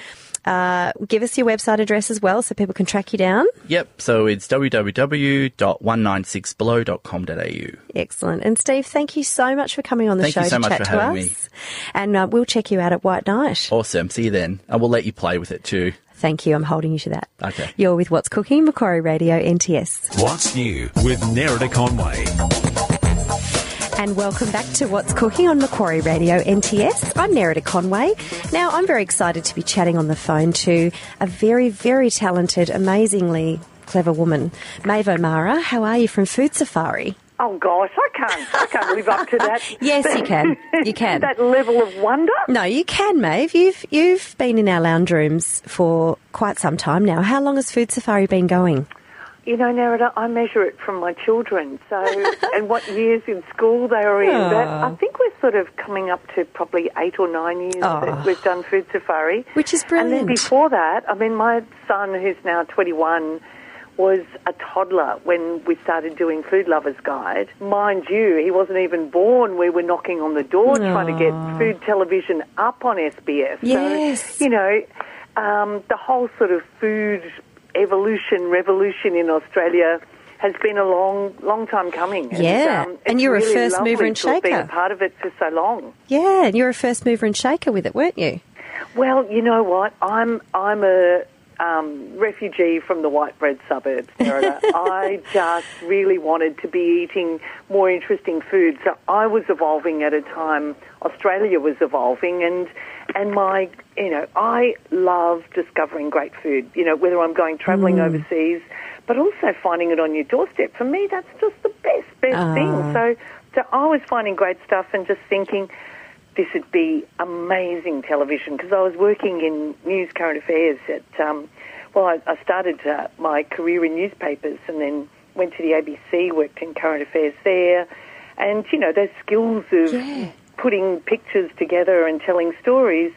Speaker 2: uh, give us your website address as well, so people can track you down.
Speaker 5: Yep. So it's www.196below.com.au.
Speaker 2: Excellent. And Steve, thank you so much for coming on the
Speaker 5: Thank
Speaker 2: show
Speaker 5: you so
Speaker 2: to
Speaker 5: much
Speaker 2: chat
Speaker 5: for
Speaker 2: to
Speaker 5: having Oh.
Speaker 2: us. And uh, we'll check you out at White Night.
Speaker 5: Awesome. See you then. I will let you play with it too.
Speaker 2: Thank you. I'm holding you to that.
Speaker 5: Okay.
Speaker 2: You're with What's Cooking, Macquarie Radio, NTS.
Speaker 1: What's new with Nerida Conway?
Speaker 2: And welcome back to What's Cooking on Macquarie Radio NTS. I'm Nerida Conway. Now, I'm very excited to be chatting on the phone to a very, very talented, amazingly clever woman, Maeve O'Mara. How are you from Food Safari?
Speaker 6: Oh gosh, I can't. I can't live up to that.
Speaker 2: Yes, you can. You can.
Speaker 6: that level of wonder.
Speaker 2: No, you can, Maeve. You've, you've been in our lounge rooms for quite some time now. How long has Food Safari been going?
Speaker 6: You know, Nerida, I measure it from my children. So, and what years in school they were in. But
Speaker 2: Ah.
Speaker 6: I think we're sort of coming up to probably eight or nine years
Speaker 2: Oh.
Speaker 6: that we've done Food Safari,
Speaker 2: Which is
Speaker 6: And then
Speaker 2: brilliant.
Speaker 6: before that, I mean, my son, who's now 21, was a toddler when we started doing Food Lovers Guide. Mind you, he wasn't even born. We were knocking on the door trying to
Speaker 2: Ah.
Speaker 6: get food television up on SBS.
Speaker 2: Yes.
Speaker 6: So, you know, um, the whole sort of food evolution, revolution in Australia has been a long, long time coming. And,
Speaker 2: Yeah.
Speaker 6: um,
Speaker 2: And
Speaker 6: it's
Speaker 2: you're a
Speaker 6: really
Speaker 2: first mover
Speaker 6: lovely
Speaker 2: and
Speaker 6: to have been
Speaker 2: shaker.
Speaker 6: a part of it for so long.
Speaker 2: Yeah, and you were a first mover and shaker with it, weren't you?
Speaker 6: Well, you know what? I'm I'm a um, refugee from the white bread suburbs, Nerida. I just really wanted to be eating more interesting food. So I was evolving at a time Australia was evolving, and and my you know I love discovering great food. You know whether I'm going travelling overseas, but also finding it on your doorstep. For me, that's just the best best thing. So so I was finding great stuff and just thinking this would be amazing television because I was working in news current affairs at, um, well, I, I started uh, my career in newspapers and then went to the ABC, worked in current affairs there. And, you know, those skills of putting pictures together and telling stories.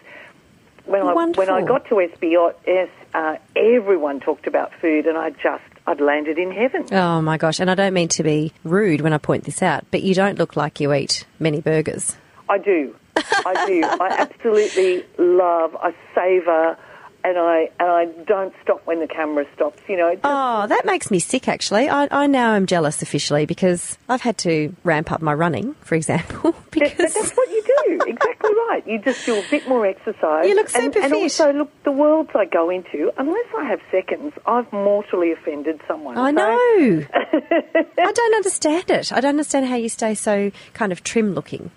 Speaker 6: When I, when I
Speaker 2: Wonderful.
Speaker 6: got to SBS, uh, everyone talked about food and I just, I'd landed in heaven.
Speaker 2: Oh my gosh, and I don't mean to be rude when I point this out, but you don't look like you eat many burgers.
Speaker 6: I do. I do. I absolutely love. I savour, and I and I don't stop when the camera stops. You know, it just-
Speaker 2: Oh, that makes me sick actually. I, I now am jealous officially because I've had to ramp up my running, for example,
Speaker 6: that, but that's
Speaker 2: because
Speaker 6: what you do. Exactly right. You just do a bit more exercise.
Speaker 2: You look
Speaker 6: and,
Speaker 2: super
Speaker 6: and
Speaker 2: fit.
Speaker 6: also, look, the worlds I go into, unless I have seconds, I've mortally offended someone.
Speaker 2: I
Speaker 6: So-
Speaker 2: know. I don't understand it. I don't understand how you stay so kind of trim looking.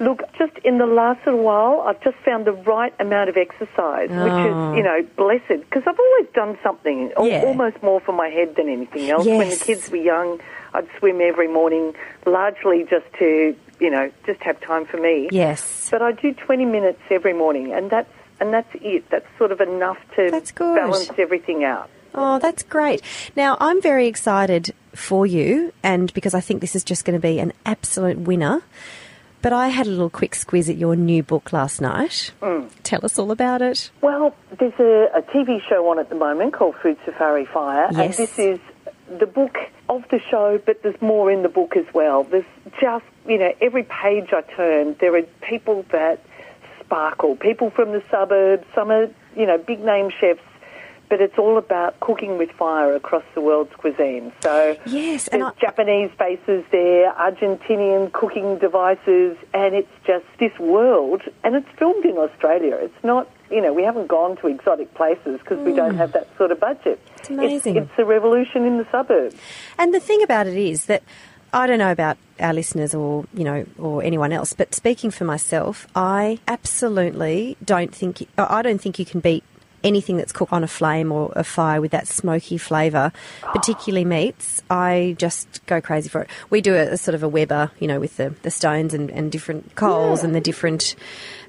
Speaker 6: Look, just in the last little while, I've just found the right amount of exercise, which is, you know, blessed, because I've always done something, al-
Speaker 2: Oh. Yeah.
Speaker 6: almost more for my head than anything else. When the
Speaker 2: Yes.
Speaker 6: kids were young, I'd swim every morning, largely just to, you know, just have time for me.
Speaker 2: Yes.
Speaker 6: But I do 20 minutes every morning, and that's and that's it. That's sort of enough to
Speaker 2: That's good.
Speaker 6: balance everything out.
Speaker 2: Oh, that's great. Now, I'm very excited for you, and because I think this is just going to be an absolute winner. But I had a little quick squiz at your new book last night. Tell us all about it.
Speaker 6: Well, there's a, a TV show on at the moment called Food Safari Fire, and
Speaker 2: Yes.
Speaker 6: this is the book of the show, but there's more in the book as well. There's just, you know, every page I turn, there are people that sparkle, people from the suburbs, some are, you know, big name chefs, but it's all about cooking with fire across the world's cuisine. So
Speaker 2: Yes, and
Speaker 6: there's
Speaker 2: I-
Speaker 6: Japanese faces there, Argentinian cooking devices, and it's just this world. And it's filmed in Australia. It's not, you know, we haven't gone to exotic places because we don't have that sort of budget. It's
Speaker 2: Mm. amazing.
Speaker 6: It's, a revolution in the suburbs.
Speaker 2: And the thing about it is that I don't know about our listeners or, you know, or anyone else, but speaking for myself, I absolutely don't think I don't think you can beat anything that's cooked on a flame or a fire with that smoky flavour, particularly meats. I just go crazy for it. We do a, a sort of a Weber, you know, with the, the stones and, and different coals and the different.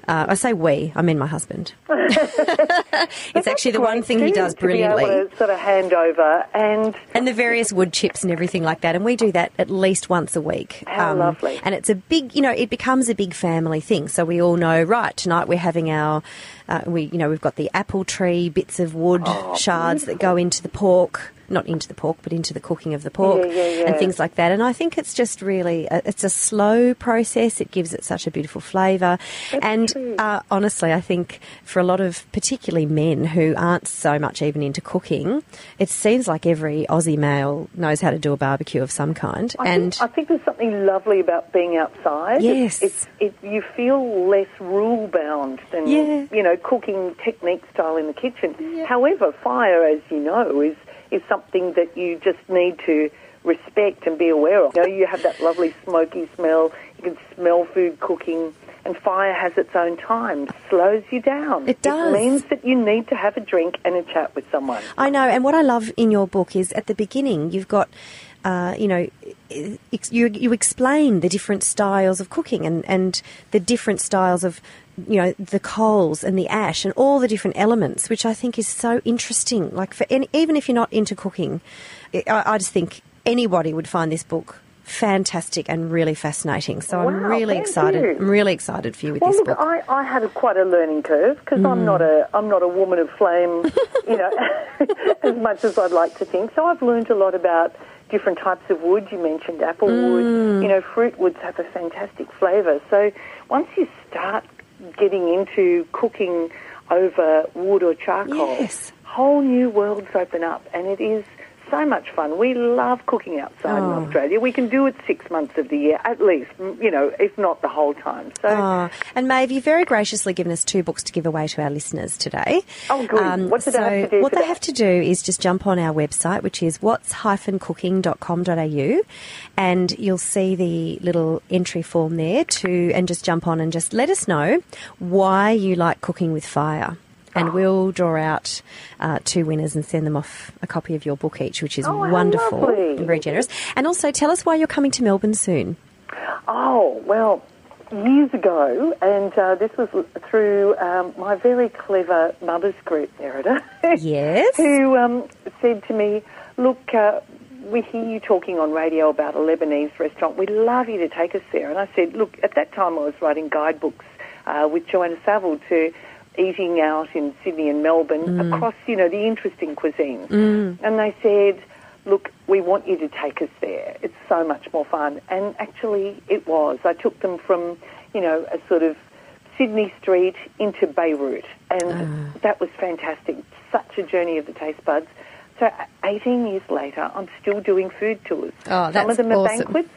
Speaker 2: Uh, I say we, I mean my husband. it's actually the one
Speaker 6: Great
Speaker 2: thing he
Speaker 6: too,
Speaker 2: does
Speaker 6: to be able
Speaker 2: brilliantly
Speaker 6: to sort of hand over and
Speaker 2: and the various wood chips and everything like that. And we do that at least once a week. Um,
Speaker 6: How lovely.
Speaker 2: And it's a big, you know, it becomes a big family thing. So we all know, right? Tonight we're having our, uh, we, you know, we've got the apple tree bits of wood
Speaker 6: Oh,
Speaker 2: shards that go into the pork. Not into the pork, but into the cooking of the pork
Speaker 6: Yeah, yeah, yeah.
Speaker 2: and things like that. And I think it's just really, a, it's a slow process. It gives it such a beautiful flavour. And uh, honestly, I think for a lot of particularly men who aren't so much even into cooking, it seems like every Aussie male knows how to do a barbecue of some kind.
Speaker 6: I
Speaker 2: and
Speaker 6: think, I think there's something lovely about being outside.
Speaker 2: Yes.
Speaker 6: it's, it, you feel less rule bound than
Speaker 2: Yeah.
Speaker 6: you know cooking technique style in the kitchen. However, fire, as you know, is is something that you just need to respect and be aware of. You know, you have that lovely smoky smell. You can smell food cooking. And fire has its own time, slows you down.
Speaker 2: It does.
Speaker 6: It means that you need to have a drink and a chat with someone.
Speaker 2: I know. And what I love in your book is at the beginning, you've got, uh, you know, ex- you, you explain the different styles of cooking and, and the different styles of, you know, the coals and the ash and all the different elements, which I think is so interesting. Like, for any, even if you're not into cooking, I, I just think anybody would find this book fantastic and really fascinating. So I'm
Speaker 6: Wow,
Speaker 2: really
Speaker 6: thank
Speaker 2: excited.
Speaker 6: you.
Speaker 2: I'm really excited for you with
Speaker 6: Well,
Speaker 2: this
Speaker 6: look,
Speaker 2: book. Hmm.
Speaker 6: I, I had a, quite a learning curve because I'm not a I'm not a woman of flame, you know, as much as I'd like to think. So I've learned a lot about different types of wood. You mentioned apple
Speaker 2: Hmm.
Speaker 6: wood. You know, fruit woods have a fantastic flavour. So once you start getting into cooking over wood or charcoal,
Speaker 2: Yes.
Speaker 6: whole new worlds open up, and it is. So much fun. We love cooking outside
Speaker 2: Oh.
Speaker 6: in Australia. We can do it six months of the year at least, m- you know, if not the whole time. So
Speaker 2: Ah, and Maeve, you've very graciously given us two books to give away to our listeners today. Um,
Speaker 6: Oh, good. What do they have to do
Speaker 2: What
Speaker 6: for
Speaker 2: they
Speaker 6: that?
Speaker 2: have to do is just jump on our website, which is what's-cooking.com.au, and you'll see the little entry form there to, and just jump on and just let us know why you like cooking with fire.
Speaker 6: Ah.
Speaker 2: And we'll draw out uh, two winners and send them off a copy of your book each, which is
Speaker 6: Oh, how
Speaker 2: wonderful
Speaker 6: lovely.
Speaker 2: and very generous. And also, tell us why you're coming to Melbourne soon.
Speaker 6: Oh, well, years ago, and uh, this was through um, my very clever mother's group, Nerida.
Speaker 2: Yes.
Speaker 6: who um, said to me, Look, uh, we hear you talking on radio about a Lebanese restaurant. We'd love you to take us there. And I said, Look, at that time I was writing guidebooks uh, with Joanna Saville to eating out in Sydney and Melbourne across, you know, the interesting cuisine.
Speaker 2: Mm.
Speaker 6: And they said, Look, we want you to take us there. It's so much more fun. And actually, it was. I took them from, you know, a sort of Sydney Street into Beirut, and
Speaker 2: Ah.
Speaker 6: that was fantastic. Such a journey of the taste buds. So, uh, 18 years later, I'm still doing food tours.
Speaker 2: Oh,
Speaker 6: some
Speaker 2: that's
Speaker 6: of them are
Speaker 2: awesome.
Speaker 6: banquets,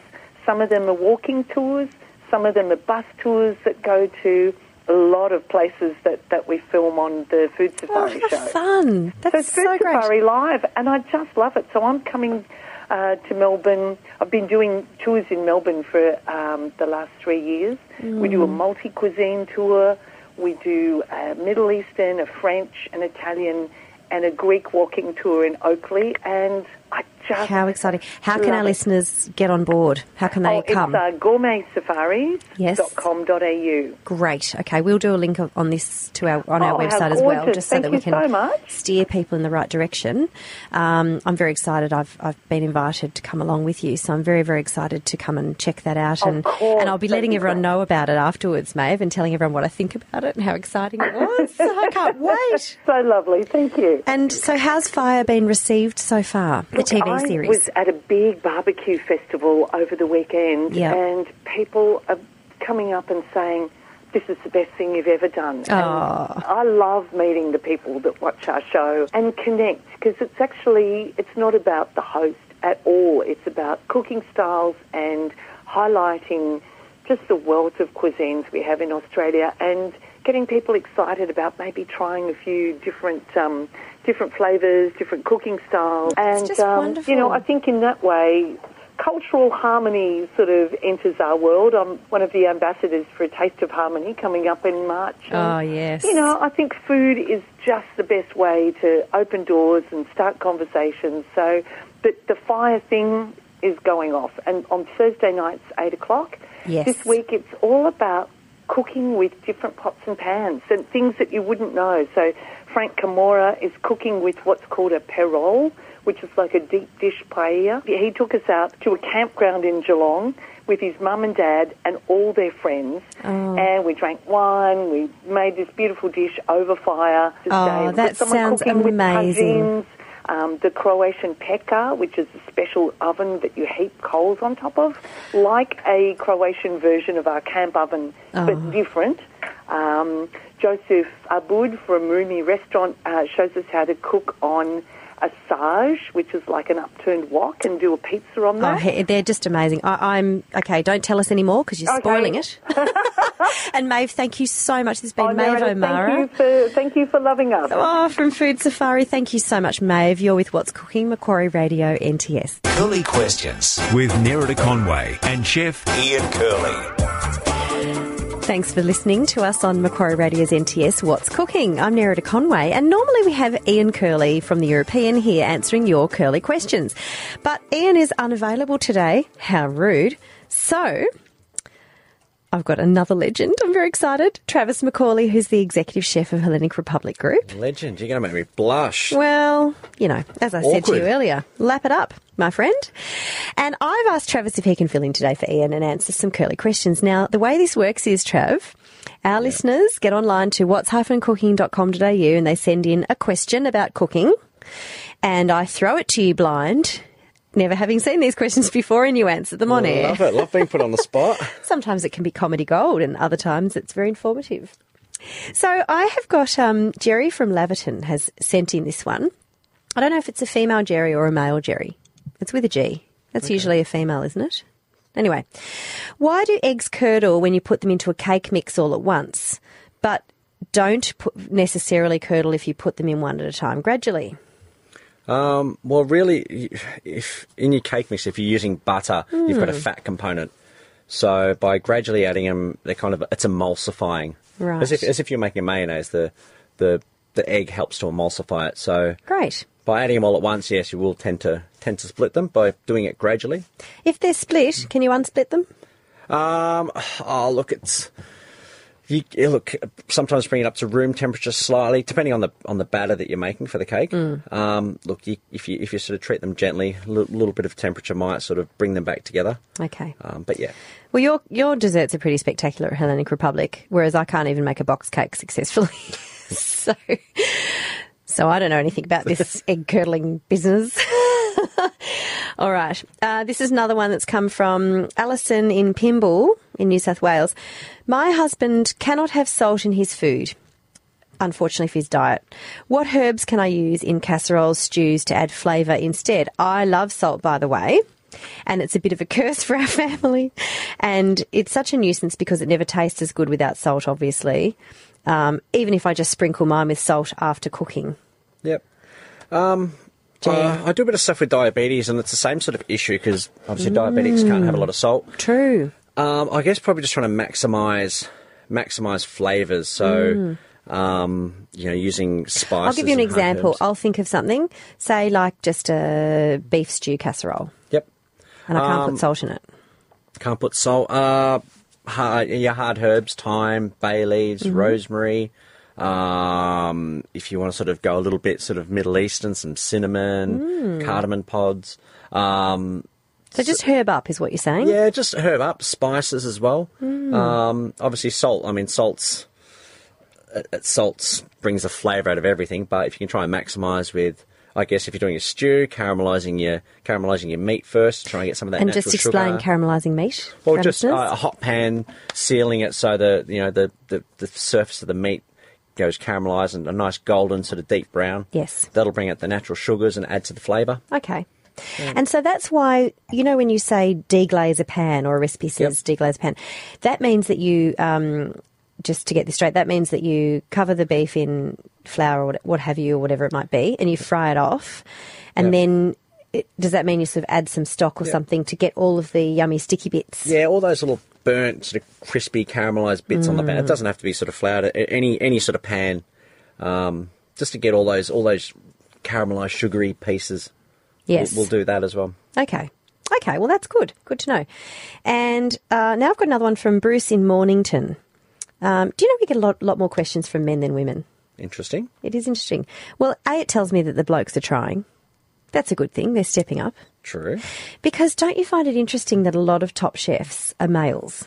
Speaker 6: some of them are walking tours, some of them are bus tours that go to a lot of places that, that we film on the Food
Speaker 2: Oh,
Speaker 6: Safari
Speaker 2: how
Speaker 6: show.
Speaker 2: fun!
Speaker 6: So
Speaker 2: That's
Speaker 6: it's
Speaker 2: so,
Speaker 6: Food
Speaker 2: great.
Speaker 6: Safari Live, and I just love it. So I'm coming uh, to Melbourne. I've been doing tours in Melbourne for um, the last three years. We
Speaker 2: Mm.
Speaker 6: do a multi cuisine tour, we do a Middle Eastern, a French, an Italian, and a Greek walking tour in Oakley. And I just
Speaker 2: How exciting. How can
Speaker 6: Love
Speaker 2: our
Speaker 6: it.
Speaker 2: listeners get on board? How can they
Speaker 6: oh,
Speaker 2: come?
Speaker 6: It's uh, gourmetsafaris.com.au.
Speaker 2: Great. Okay, we'll do a link of- on this to our on our
Speaker 6: Oh, how
Speaker 2: website as well,
Speaker 6: gorgeous.
Speaker 2: just so
Speaker 6: Thank
Speaker 2: that we
Speaker 6: you
Speaker 2: can
Speaker 6: so much.
Speaker 2: steer people in the right direction. Um, I'm very excited. I've I've been invited to come along with you, so I'm very very excited to come and check that out. And
Speaker 6: course.
Speaker 2: and I'll be
Speaker 6: That'd
Speaker 2: letting
Speaker 6: be
Speaker 2: everyone
Speaker 6: great.
Speaker 2: know about it afterwards, Maeve, and telling everyone what I think about it and how exciting it was. I can't Oh, wait.
Speaker 6: So lovely. Thank you.
Speaker 2: And so, how's Fire been received so far? The TV
Speaker 6: I
Speaker 2: series.
Speaker 6: was at a big barbecue festival over the weekend,
Speaker 2: Yeah.
Speaker 6: and people are coming up and saying, "This is the best thing you've ever done." And I love meeting the people that watch our show and connect because it's actually it's not about the host at all. It's about cooking styles and highlighting just the wealth of cuisines we have in Australia and getting people excited about maybe trying a few different um, different flavours, different cooking styles. And
Speaker 2: just
Speaker 6: um,
Speaker 2: wonderful.
Speaker 6: you know, I think in that way cultural harmony sort of enters our world. I'm one of the ambassadors for a Taste of Harmony coming up in March.
Speaker 2: Oh, yes.
Speaker 6: You know, I think food is just the best way to open doors and start conversations. So, but the fire thing is going off, and on Thursday nights, eight o'clock.
Speaker 2: Yes.
Speaker 6: This week, it's all about cooking with different pots and pans and things that you wouldn't know. So, Frank Camora is cooking with what's called a perol, which is like a deep dish paella. He took us out to a campground in Geelong with his mum and dad and all their friends,
Speaker 2: Oh.
Speaker 6: and we drank wine. We made this beautiful dish over fire. This
Speaker 2: Oh,
Speaker 6: day. We've got
Speaker 2: that
Speaker 6: someone
Speaker 2: sounds
Speaker 6: cooking with
Speaker 2: amazing.
Speaker 6: cousins, um, the Croatian peka, which is a special oven that you heap coals on top of, like a Croatian version of our camp oven,
Speaker 2: Oh.
Speaker 6: but different. Um, Joseph Abud from Rumi Restaurant uh, shows us how to cook on a sage, which is like an upturned wok, and do a pizza on
Speaker 2: Oh,
Speaker 6: that.
Speaker 2: he- they're just amazing. I, I'm okay. Don't tell us any more because you're
Speaker 6: Okay.
Speaker 2: spoiling it. and Maeve, thank you so much. This has
Speaker 6: Oh,
Speaker 2: been Maeve
Speaker 6: Meredith,
Speaker 2: O'Mara.
Speaker 6: Thank you, for, thank you for loving us.
Speaker 2: Oh, from Food Safari. Thank you so much, Maeve. You're with What's Cooking, Macquarie Radio, NTS.
Speaker 7: Curly questions.
Speaker 1: with Nerida Conway and chef
Speaker 7: Ian Curly.
Speaker 2: Thanks for listening to us on Macquarie Radio's NTS What's Cooking. I'm Nerida Conway, and normally we have Ian Curley from the European here answering your curly questions. But Ian is unavailable today. How rude. So. I've got another legend. I'm very excited. Travis McCauley, who's the executive chef of Hellenic Republic Group.
Speaker 3: Legend, you're going to make me blush.
Speaker 2: Well, you know, as I said to you
Speaker 3: Awkward.
Speaker 2: earlier, lap it up, my friend. And I've asked Travis if he can fill in today for Ian and answer some curly questions. Now, the way this works is, Trav, our listeners get online to what's-cooking.com.au and they send in a question about cooking. And I throw it to you blind, never having seen these questions before, and you answer them on air.
Speaker 3: Love it. Love being put on the spot.
Speaker 2: Sometimes it can be comedy gold, and other times it's very informative. So I have got um, Jerry from Laverton has sent in this one. I don't know if it's a female Jerry or a male Jerry. It's with a G. That's usually a female, isn't it? Anyway, why do eggs curdle when you put them into a cake mix all at once, but don't put necessarily curdle if you put them in one at a time gradually?
Speaker 3: Well, really, if in your cake mix, if you're using butter, you've
Speaker 2: Hmm.
Speaker 3: got a fat component. So by gradually adding them, they're kind of it's emulsifying.
Speaker 2: Right.
Speaker 3: As if as if you're making mayonnaise, the the the egg helps to emulsify it. So
Speaker 2: Great.
Speaker 3: by adding them all at once, yes, you will tend to tend to split them by doing it gradually.
Speaker 2: If they're split, can you unsplit them?
Speaker 3: Um, oh look, it's you you look sometimes bring it up to room temperature slightly, depending on the on the batter that you're making for the cake. Um, look, you, if you if you sort of treat them gently, a little, little bit of temperature might sort of bring them back together.
Speaker 2: Okay.
Speaker 3: Um, but yeah,
Speaker 2: Well, your your desserts are pretty spectacular at Hellenic Republic, whereas I can't even make a box cake successfully. so, so I don't know anything about this egg curdling business. All right, uh, this is another one that's come from Alison in Pimble in New South Wales. My husband cannot have salt in his food. Unfortunately, for his diet, what herbs can I use in casseroles, stews to add flavour instead? I love salt, by the way and it's a bit of a curse for our family. And it's such a nuisance because it never tastes as good without salt, obviously. Um, even if I just sprinkle mine with salt after cooking.
Speaker 3: yep. Um, uh, I do a bit of stuff with diabetes, and it's the same sort of issue because obviously diabetics can't have a lot of salt.
Speaker 2: True.
Speaker 3: Um, I guess probably just trying to maximize maximize flavors. So um, you know, using spices.
Speaker 2: I'll Mm. give you an
Speaker 3: and hard
Speaker 2: example.
Speaker 3: herbs.
Speaker 2: I'll think of something, say like just a beef stew casserole,
Speaker 3: Yep.
Speaker 2: and I
Speaker 3: Um,
Speaker 2: can't put salt in it.
Speaker 3: Can't put salt. Uh, hard, yeah, hard herbs, thyme, bay leaves,
Speaker 2: Mm-hmm.
Speaker 3: rosemary. Um, if you want to sort of go a little bit sort of Middle Eastern, some cinnamon,
Speaker 2: Mm.
Speaker 3: cardamom pods. Um,
Speaker 2: So just herb up is what you're saying.
Speaker 3: yeah, just herb up, spices as well.
Speaker 2: Hmm.
Speaker 3: Um, obviously, salt. I mean, salts. uh, uh, Salts brings a flavour out of everything, but if you can try and maximise with, I guess, if you're doing a stew, caramelising your caramelising your meat first, try and get some of that
Speaker 2: And
Speaker 3: natural
Speaker 2: just explain
Speaker 3: sugar.
Speaker 2: caramelizing meat.
Speaker 3: Well,
Speaker 2: for our
Speaker 3: just uh,
Speaker 2: listeners.
Speaker 3: a hot pan, sealing it so the you know the, the, the surface of the meat goes caramelised and a nice golden sort of deep brown.
Speaker 2: Yes.
Speaker 3: that'll bring out the natural sugars and add to the flavour.
Speaker 2: Okay. And so that's why, you know, when you say deglaze a pan or a recipe says deglaze a pan, that means that you, um, just to get this straight, that means that you cover the beef in flour or what, what have you or whatever it might be and you fry it off. And
Speaker 3: Yep.
Speaker 2: then it, does that mean you sort of add some stock or something to get all of the yummy sticky bits?
Speaker 3: Yeah, all those little burnt, sort of crispy, caramelised bits on the pan. It
Speaker 2: Mm.
Speaker 3: doesn't have to be sort of floured. a- Any any sort of pan, um, just to get all those all those caramelised sugary pieces. We'll-
Speaker 2: Yes.
Speaker 3: we'll, do that as well.
Speaker 2: Okay. Okay. Well, that's good. Good to know. And uh, now I've got another one from Bruce in Mornington. Um, do you know we get a lot, lot more questions from men than women?
Speaker 3: Interesting.
Speaker 2: It is interesting. Well, A, it tells me that the blokes are trying. That's a good thing. They're stepping up.
Speaker 3: True.
Speaker 2: Because don't you find it interesting that a lot of top chefs are males?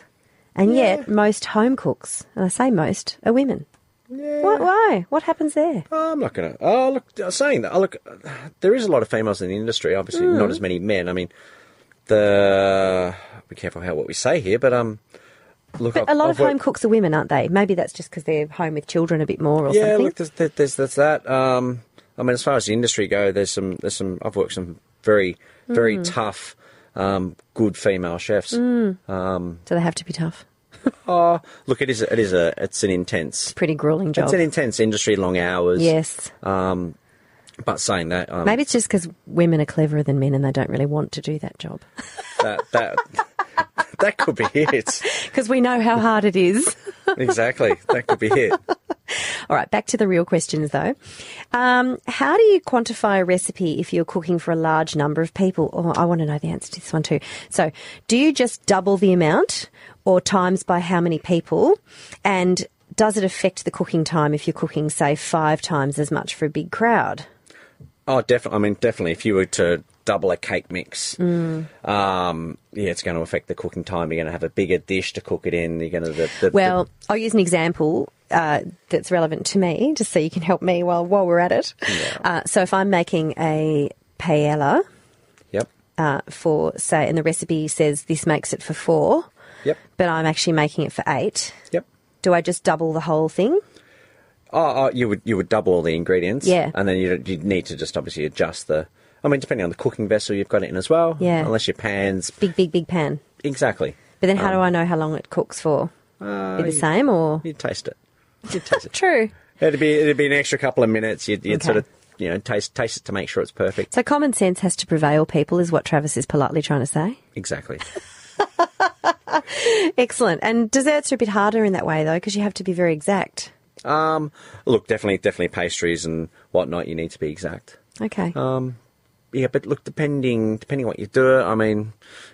Speaker 2: And yet most home cooks, and I say most, are women. Why, why? What happens there?
Speaker 3: I'm not gonna. Oh, look. uh, Saying that, oh, look, uh, there is a lot of females in the industry. Obviously, not
Speaker 2: Mm.
Speaker 3: as many men. I mean, the be careful how what we say here, but um, look,
Speaker 2: But
Speaker 3: I've-
Speaker 2: a lot
Speaker 3: I've
Speaker 2: of home
Speaker 3: worked-
Speaker 2: cooks are women, aren't they? Maybe that's just because they're home with children a bit more or
Speaker 3: Yeah,
Speaker 2: something.
Speaker 3: look, there's, there- there's there's that. Um, I mean, as far as the industry go, there's some there's some. I've worked some very very
Speaker 2: Mm.
Speaker 3: tough, um, good female chefs. Ah,
Speaker 2: so they have to be tough.
Speaker 3: Look, it is a- it is a it's an intense
Speaker 2: Pretty grueling job.
Speaker 3: it's an intense industry, long hours. Um,
Speaker 2: yes.
Speaker 3: But saying that, um,
Speaker 2: Maybe it's just because women are cleverer than men and they don't really want to do that job.
Speaker 3: that that that could be it.
Speaker 2: Because we know how hard it is.
Speaker 3: Exactly, that could be it.
Speaker 2: All right, back to the real questions though. Um, how do you quantify a recipe if you're cooking for a large number of people? Or I want to know the answer to this one too. So, do you just double the amount or times by how many people? And does it affect the cooking time if you're cooking, say, five times as much for a big crowd?
Speaker 3: Oh, definitely. I mean, definitely. If you were to double a cake mix,
Speaker 2: Mm.
Speaker 3: um, yeah, it's going to affect the cooking time. You're going to have a bigger dish to cook it in. You're going to the, the
Speaker 2: Well, I'll use an example uh, that's relevant to me, just so you can help me while while we're at it. Uh, so, if I'm making a paella,
Speaker 3: the- yep,
Speaker 2: uh, for say, and the recipe says this makes it for four,
Speaker 3: yep,
Speaker 2: but I'm actually making it for eight.
Speaker 3: yep.
Speaker 2: Do I just double the whole thing?
Speaker 3: Oh, oh, you would you would double all the ingredients.
Speaker 2: Yeah.
Speaker 3: and then you you need to just obviously adjust the. I mean, depending on the cooking vessel you've got it in as well.
Speaker 2: Yeah.
Speaker 3: Unless your pans
Speaker 2: Big, big, big pan.
Speaker 3: exactly.
Speaker 2: But then how do I know how long it cooks for? Be the same or?
Speaker 3: You taste it. You taste it.
Speaker 2: True.
Speaker 3: It'd be it'd be an extra couple of minutes. You'd, you'd
Speaker 2: Okay.
Speaker 3: sort of you know taste taste it to make sure it's perfect.
Speaker 2: So common sense has to prevail, people, is what Travis is politely trying to say.
Speaker 3: Exactly.
Speaker 2: Excellent. And desserts are a bit harder in that way, though, because you have to be very exact.
Speaker 3: Look, definitely definitely pastries and whatnot. You need to be exact.
Speaker 2: Okay.
Speaker 3: yeah, but look, depending depending what you do, I mean,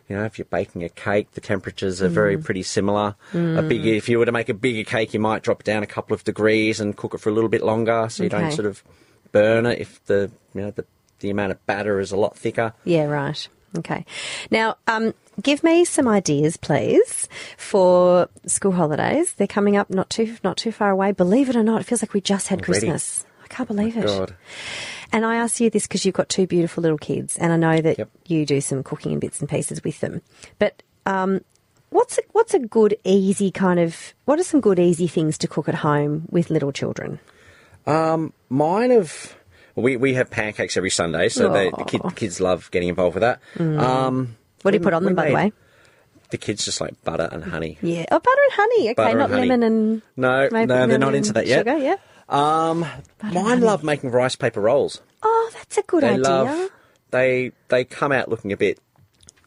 Speaker 3: you know, if you're baking a cake, the temperatures are
Speaker 2: Mm.
Speaker 3: very pretty similar. A big if you were to make a bigger cake, you might drop it down a couple of degrees and cook it for a little bit longer, so you don't
Speaker 2: Okay.
Speaker 3: sort of burn it if the you know the the amount of batter is a lot thicker.
Speaker 2: Yeah, right. Okay. Now, um, give me some ideas, please, for school holidays. They're coming up not too not too far away. Believe it or not, it feels like we just had
Speaker 3: Already?
Speaker 2: Christmas. I can't believe it.
Speaker 3: God.
Speaker 2: And I ask you this because you've got two beautiful little kids, and I know that
Speaker 3: Yep.
Speaker 2: you do some cooking and bits and pieces with them. But um, what's a, what's a good, easy kind of? What are some good, easy things to cook at home with little children?
Speaker 3: Mine have we, we have pancakes every Sunday, so they, the, kid,
Speaker 2: Aw. Mm.
Speaker 3: the kids love getting involved with that. Um,
Speaker 2: What do
Speaker 3: we-
Speaker 2: you put on
Speaker 3: we
Speaker 2: them, by the
Speaker 3: made-
Speaker 2: way?
Speaker 3: The kids just like butter and honey.
Speaker 2: Yeah, oh, butter and honey. Okay,
Speaker 3: Butter and
Speaker 2: not
Speaker 3: honey.
Speaker 2: lemon and
Speaker 3: No,
Speaker 2: maybe
Speaker 3: no, they're not
Speaker 2: lemon
Speaker 3: into that yet.
Speaker 2: Sugar, yeah.
Speaker 3: Um, mine love making rice paper rolls.
Speaker 2: Oh, that's a good
Speaker 3: they
Speaker 2: idea.
Speaker 3: love they they come out looking a bit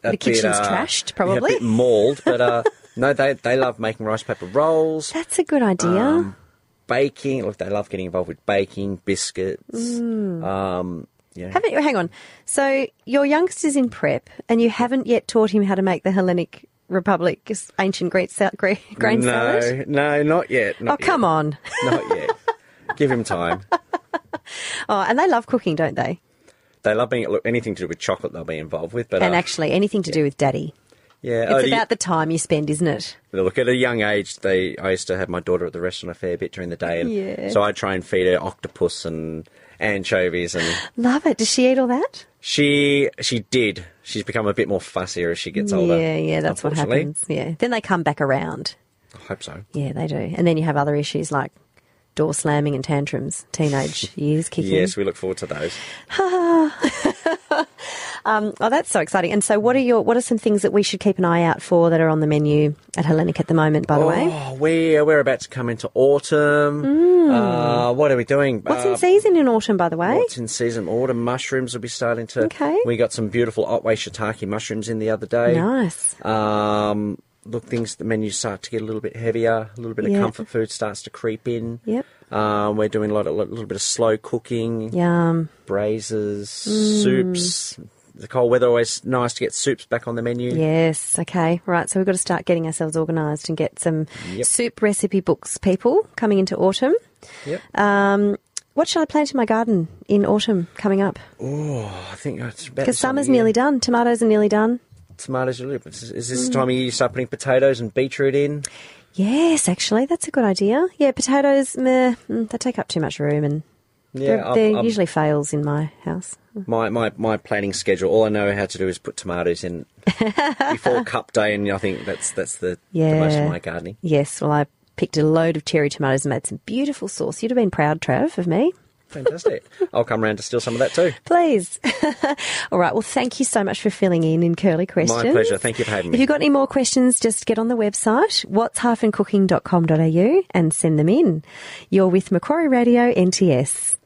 Speaker 3: a
Speaker 2: The kitchen's
Speaker 3: bit, uh,
Speaker 2: trashed,
Speaker 3: yeah,
Speaker 2: probably.
Speaker 3: a bit mauled but uh no they they love making rice paper rolls
Speaker 2: That's a good idea.
Speaker 3: baking. Look, they love getting involved with baking, biscuits.
Speaker 2: Mm.
Speaker 3: Um, yeah.
Speaker 2: Haven't you? Hang on. So your youngster's in prep, and you haven't yet taught him how to make the Hellenic Republic ancient Greek sal- gra- grain
Speaker 3: no,
Speaker 2: salad.
Speaker 3: no, not yet.
Speaker 2: Oh,
Speaker 3: Not
Speaker 2: come
Speaker 3: yet.
Speaker 2: on.
Speaker 3: Not yet. Give him time.
Speaker 2: Oh, and they love cooking, don't they?
Speaker 3: They love being look anything to do with chocolate. They'll be involved with, but
Speaker 2: and
Speaker 3: uh,
Speaker 2: actually, anything to do with daddy.
Speaker 3: yeah,
Speaker 2: It's
Speaker 3: oh, you-
Speaker 2: about the time you spend, isn't it?
Speaker 3: Look, at a young age, they I used to have my daughter at the restaurant a fair bit during the day, and
Speaker 2: Yeah.
Speaker 3: so I try and feed her octopus and anchovies, and
Speaker 2: Love it. Does she eat all that?
Speaker 3: she she did. She's become a bit more fussier as she gets older.
Speaker 2: yeah, yeah, that's what
Speaker 3: unfortunately.
Speaker 2: happens. Yeah. Then they come back around.
Speaker 3: I hope so.
Speaker 2: Yeah, they do. And then you have other issues like door slamming and tantrums, teenage years kicking.
Speaker 3: Yes, we look forward to those.
Speaker 2: Oh, that's so exciting. And so what are your what are some things that we should keep an eye out for that are on the menu at Hellenic at the moment, by the way?
Speaker 3: Oh, we're we're about to come into autumn. Uh, what are we doing?
Speaker 2: Mm. What's
Speaker 3: Uh,
Speaker 2: in season in autumn, by the way?
Speaker 3: What's in season? Autumn mushrooms will be starting to.
Speaker 2: Okay.
Speaker 3: We got some beautiful Otway shiitake mushrooms in the other day.
Speaker 2: Nice.
Speaker 3: Um, look, things the menus start to get a little bit heavier. A little bit
Speaker 2: Yeah.
Speaker 3: of comfort food starts to creep in.
Speaker 2: Yep.
Speaker 3: Um, we're doing a lot, a little bit of slow cooking,
Speaker 2: Yum.
Speaker 3: braises,
Speaker 2: Mm.
Speaker 3: soups. The cold weather always nice to get soups back on the menu.
Speaker 2: Yes. Okay. Right. So we've got to start getting ourselves organised and get some
Speaker 3: Yep.
Speaker 2: soup recipe books, people, coming into autumn.
Speaker 3: Yep.
Speaker 2: Um, what shall I plant in my garden in autumn coming up?
Speaker 3: I think it's about
Speaker 2: Because
Speaker 3: this time of
Speaker 2: summer's
Speaker 3: year.
Speaker 2: nearly Mm. done. Tomatoes are nearly done.
Speaker 3: Tomatoes are a little bit. Is this the time of year you start putting potatoes and beetroot in?
Speaker 2: Yes, actually, that's a good idea. Yeah, potatoes, meh, mm, they take up too much room and
Speaker 3: Yeah, I've-
Speaker 2: they
Speaker 3: I've-
Speaker 2: usually fails in my house.
Speaker 3: my, my, my planning schedule. All I know how to do is put tomatoes in before cup day, and I think that's that's the, the most
Speaker 2: Yeah.
Speaker 3: of my gardening.
Speaker 2: Yes, well, I picked a load of cherry tomatoes and made some beautiful sauce. You'd have been proud, Trav, of me.
Speaker 3: Fantastic. I'll come round to steal some of that too.
Speaker 2: Please. All right. Well, thank you so much for filling in in Curly Questions.
Speaker 3: pleasure. Thank you for having me.
Speaker 2: If you've got any more questions, just get on the website, what's-cooking.com.au and send them in. You're with Macquarie Radio NTS.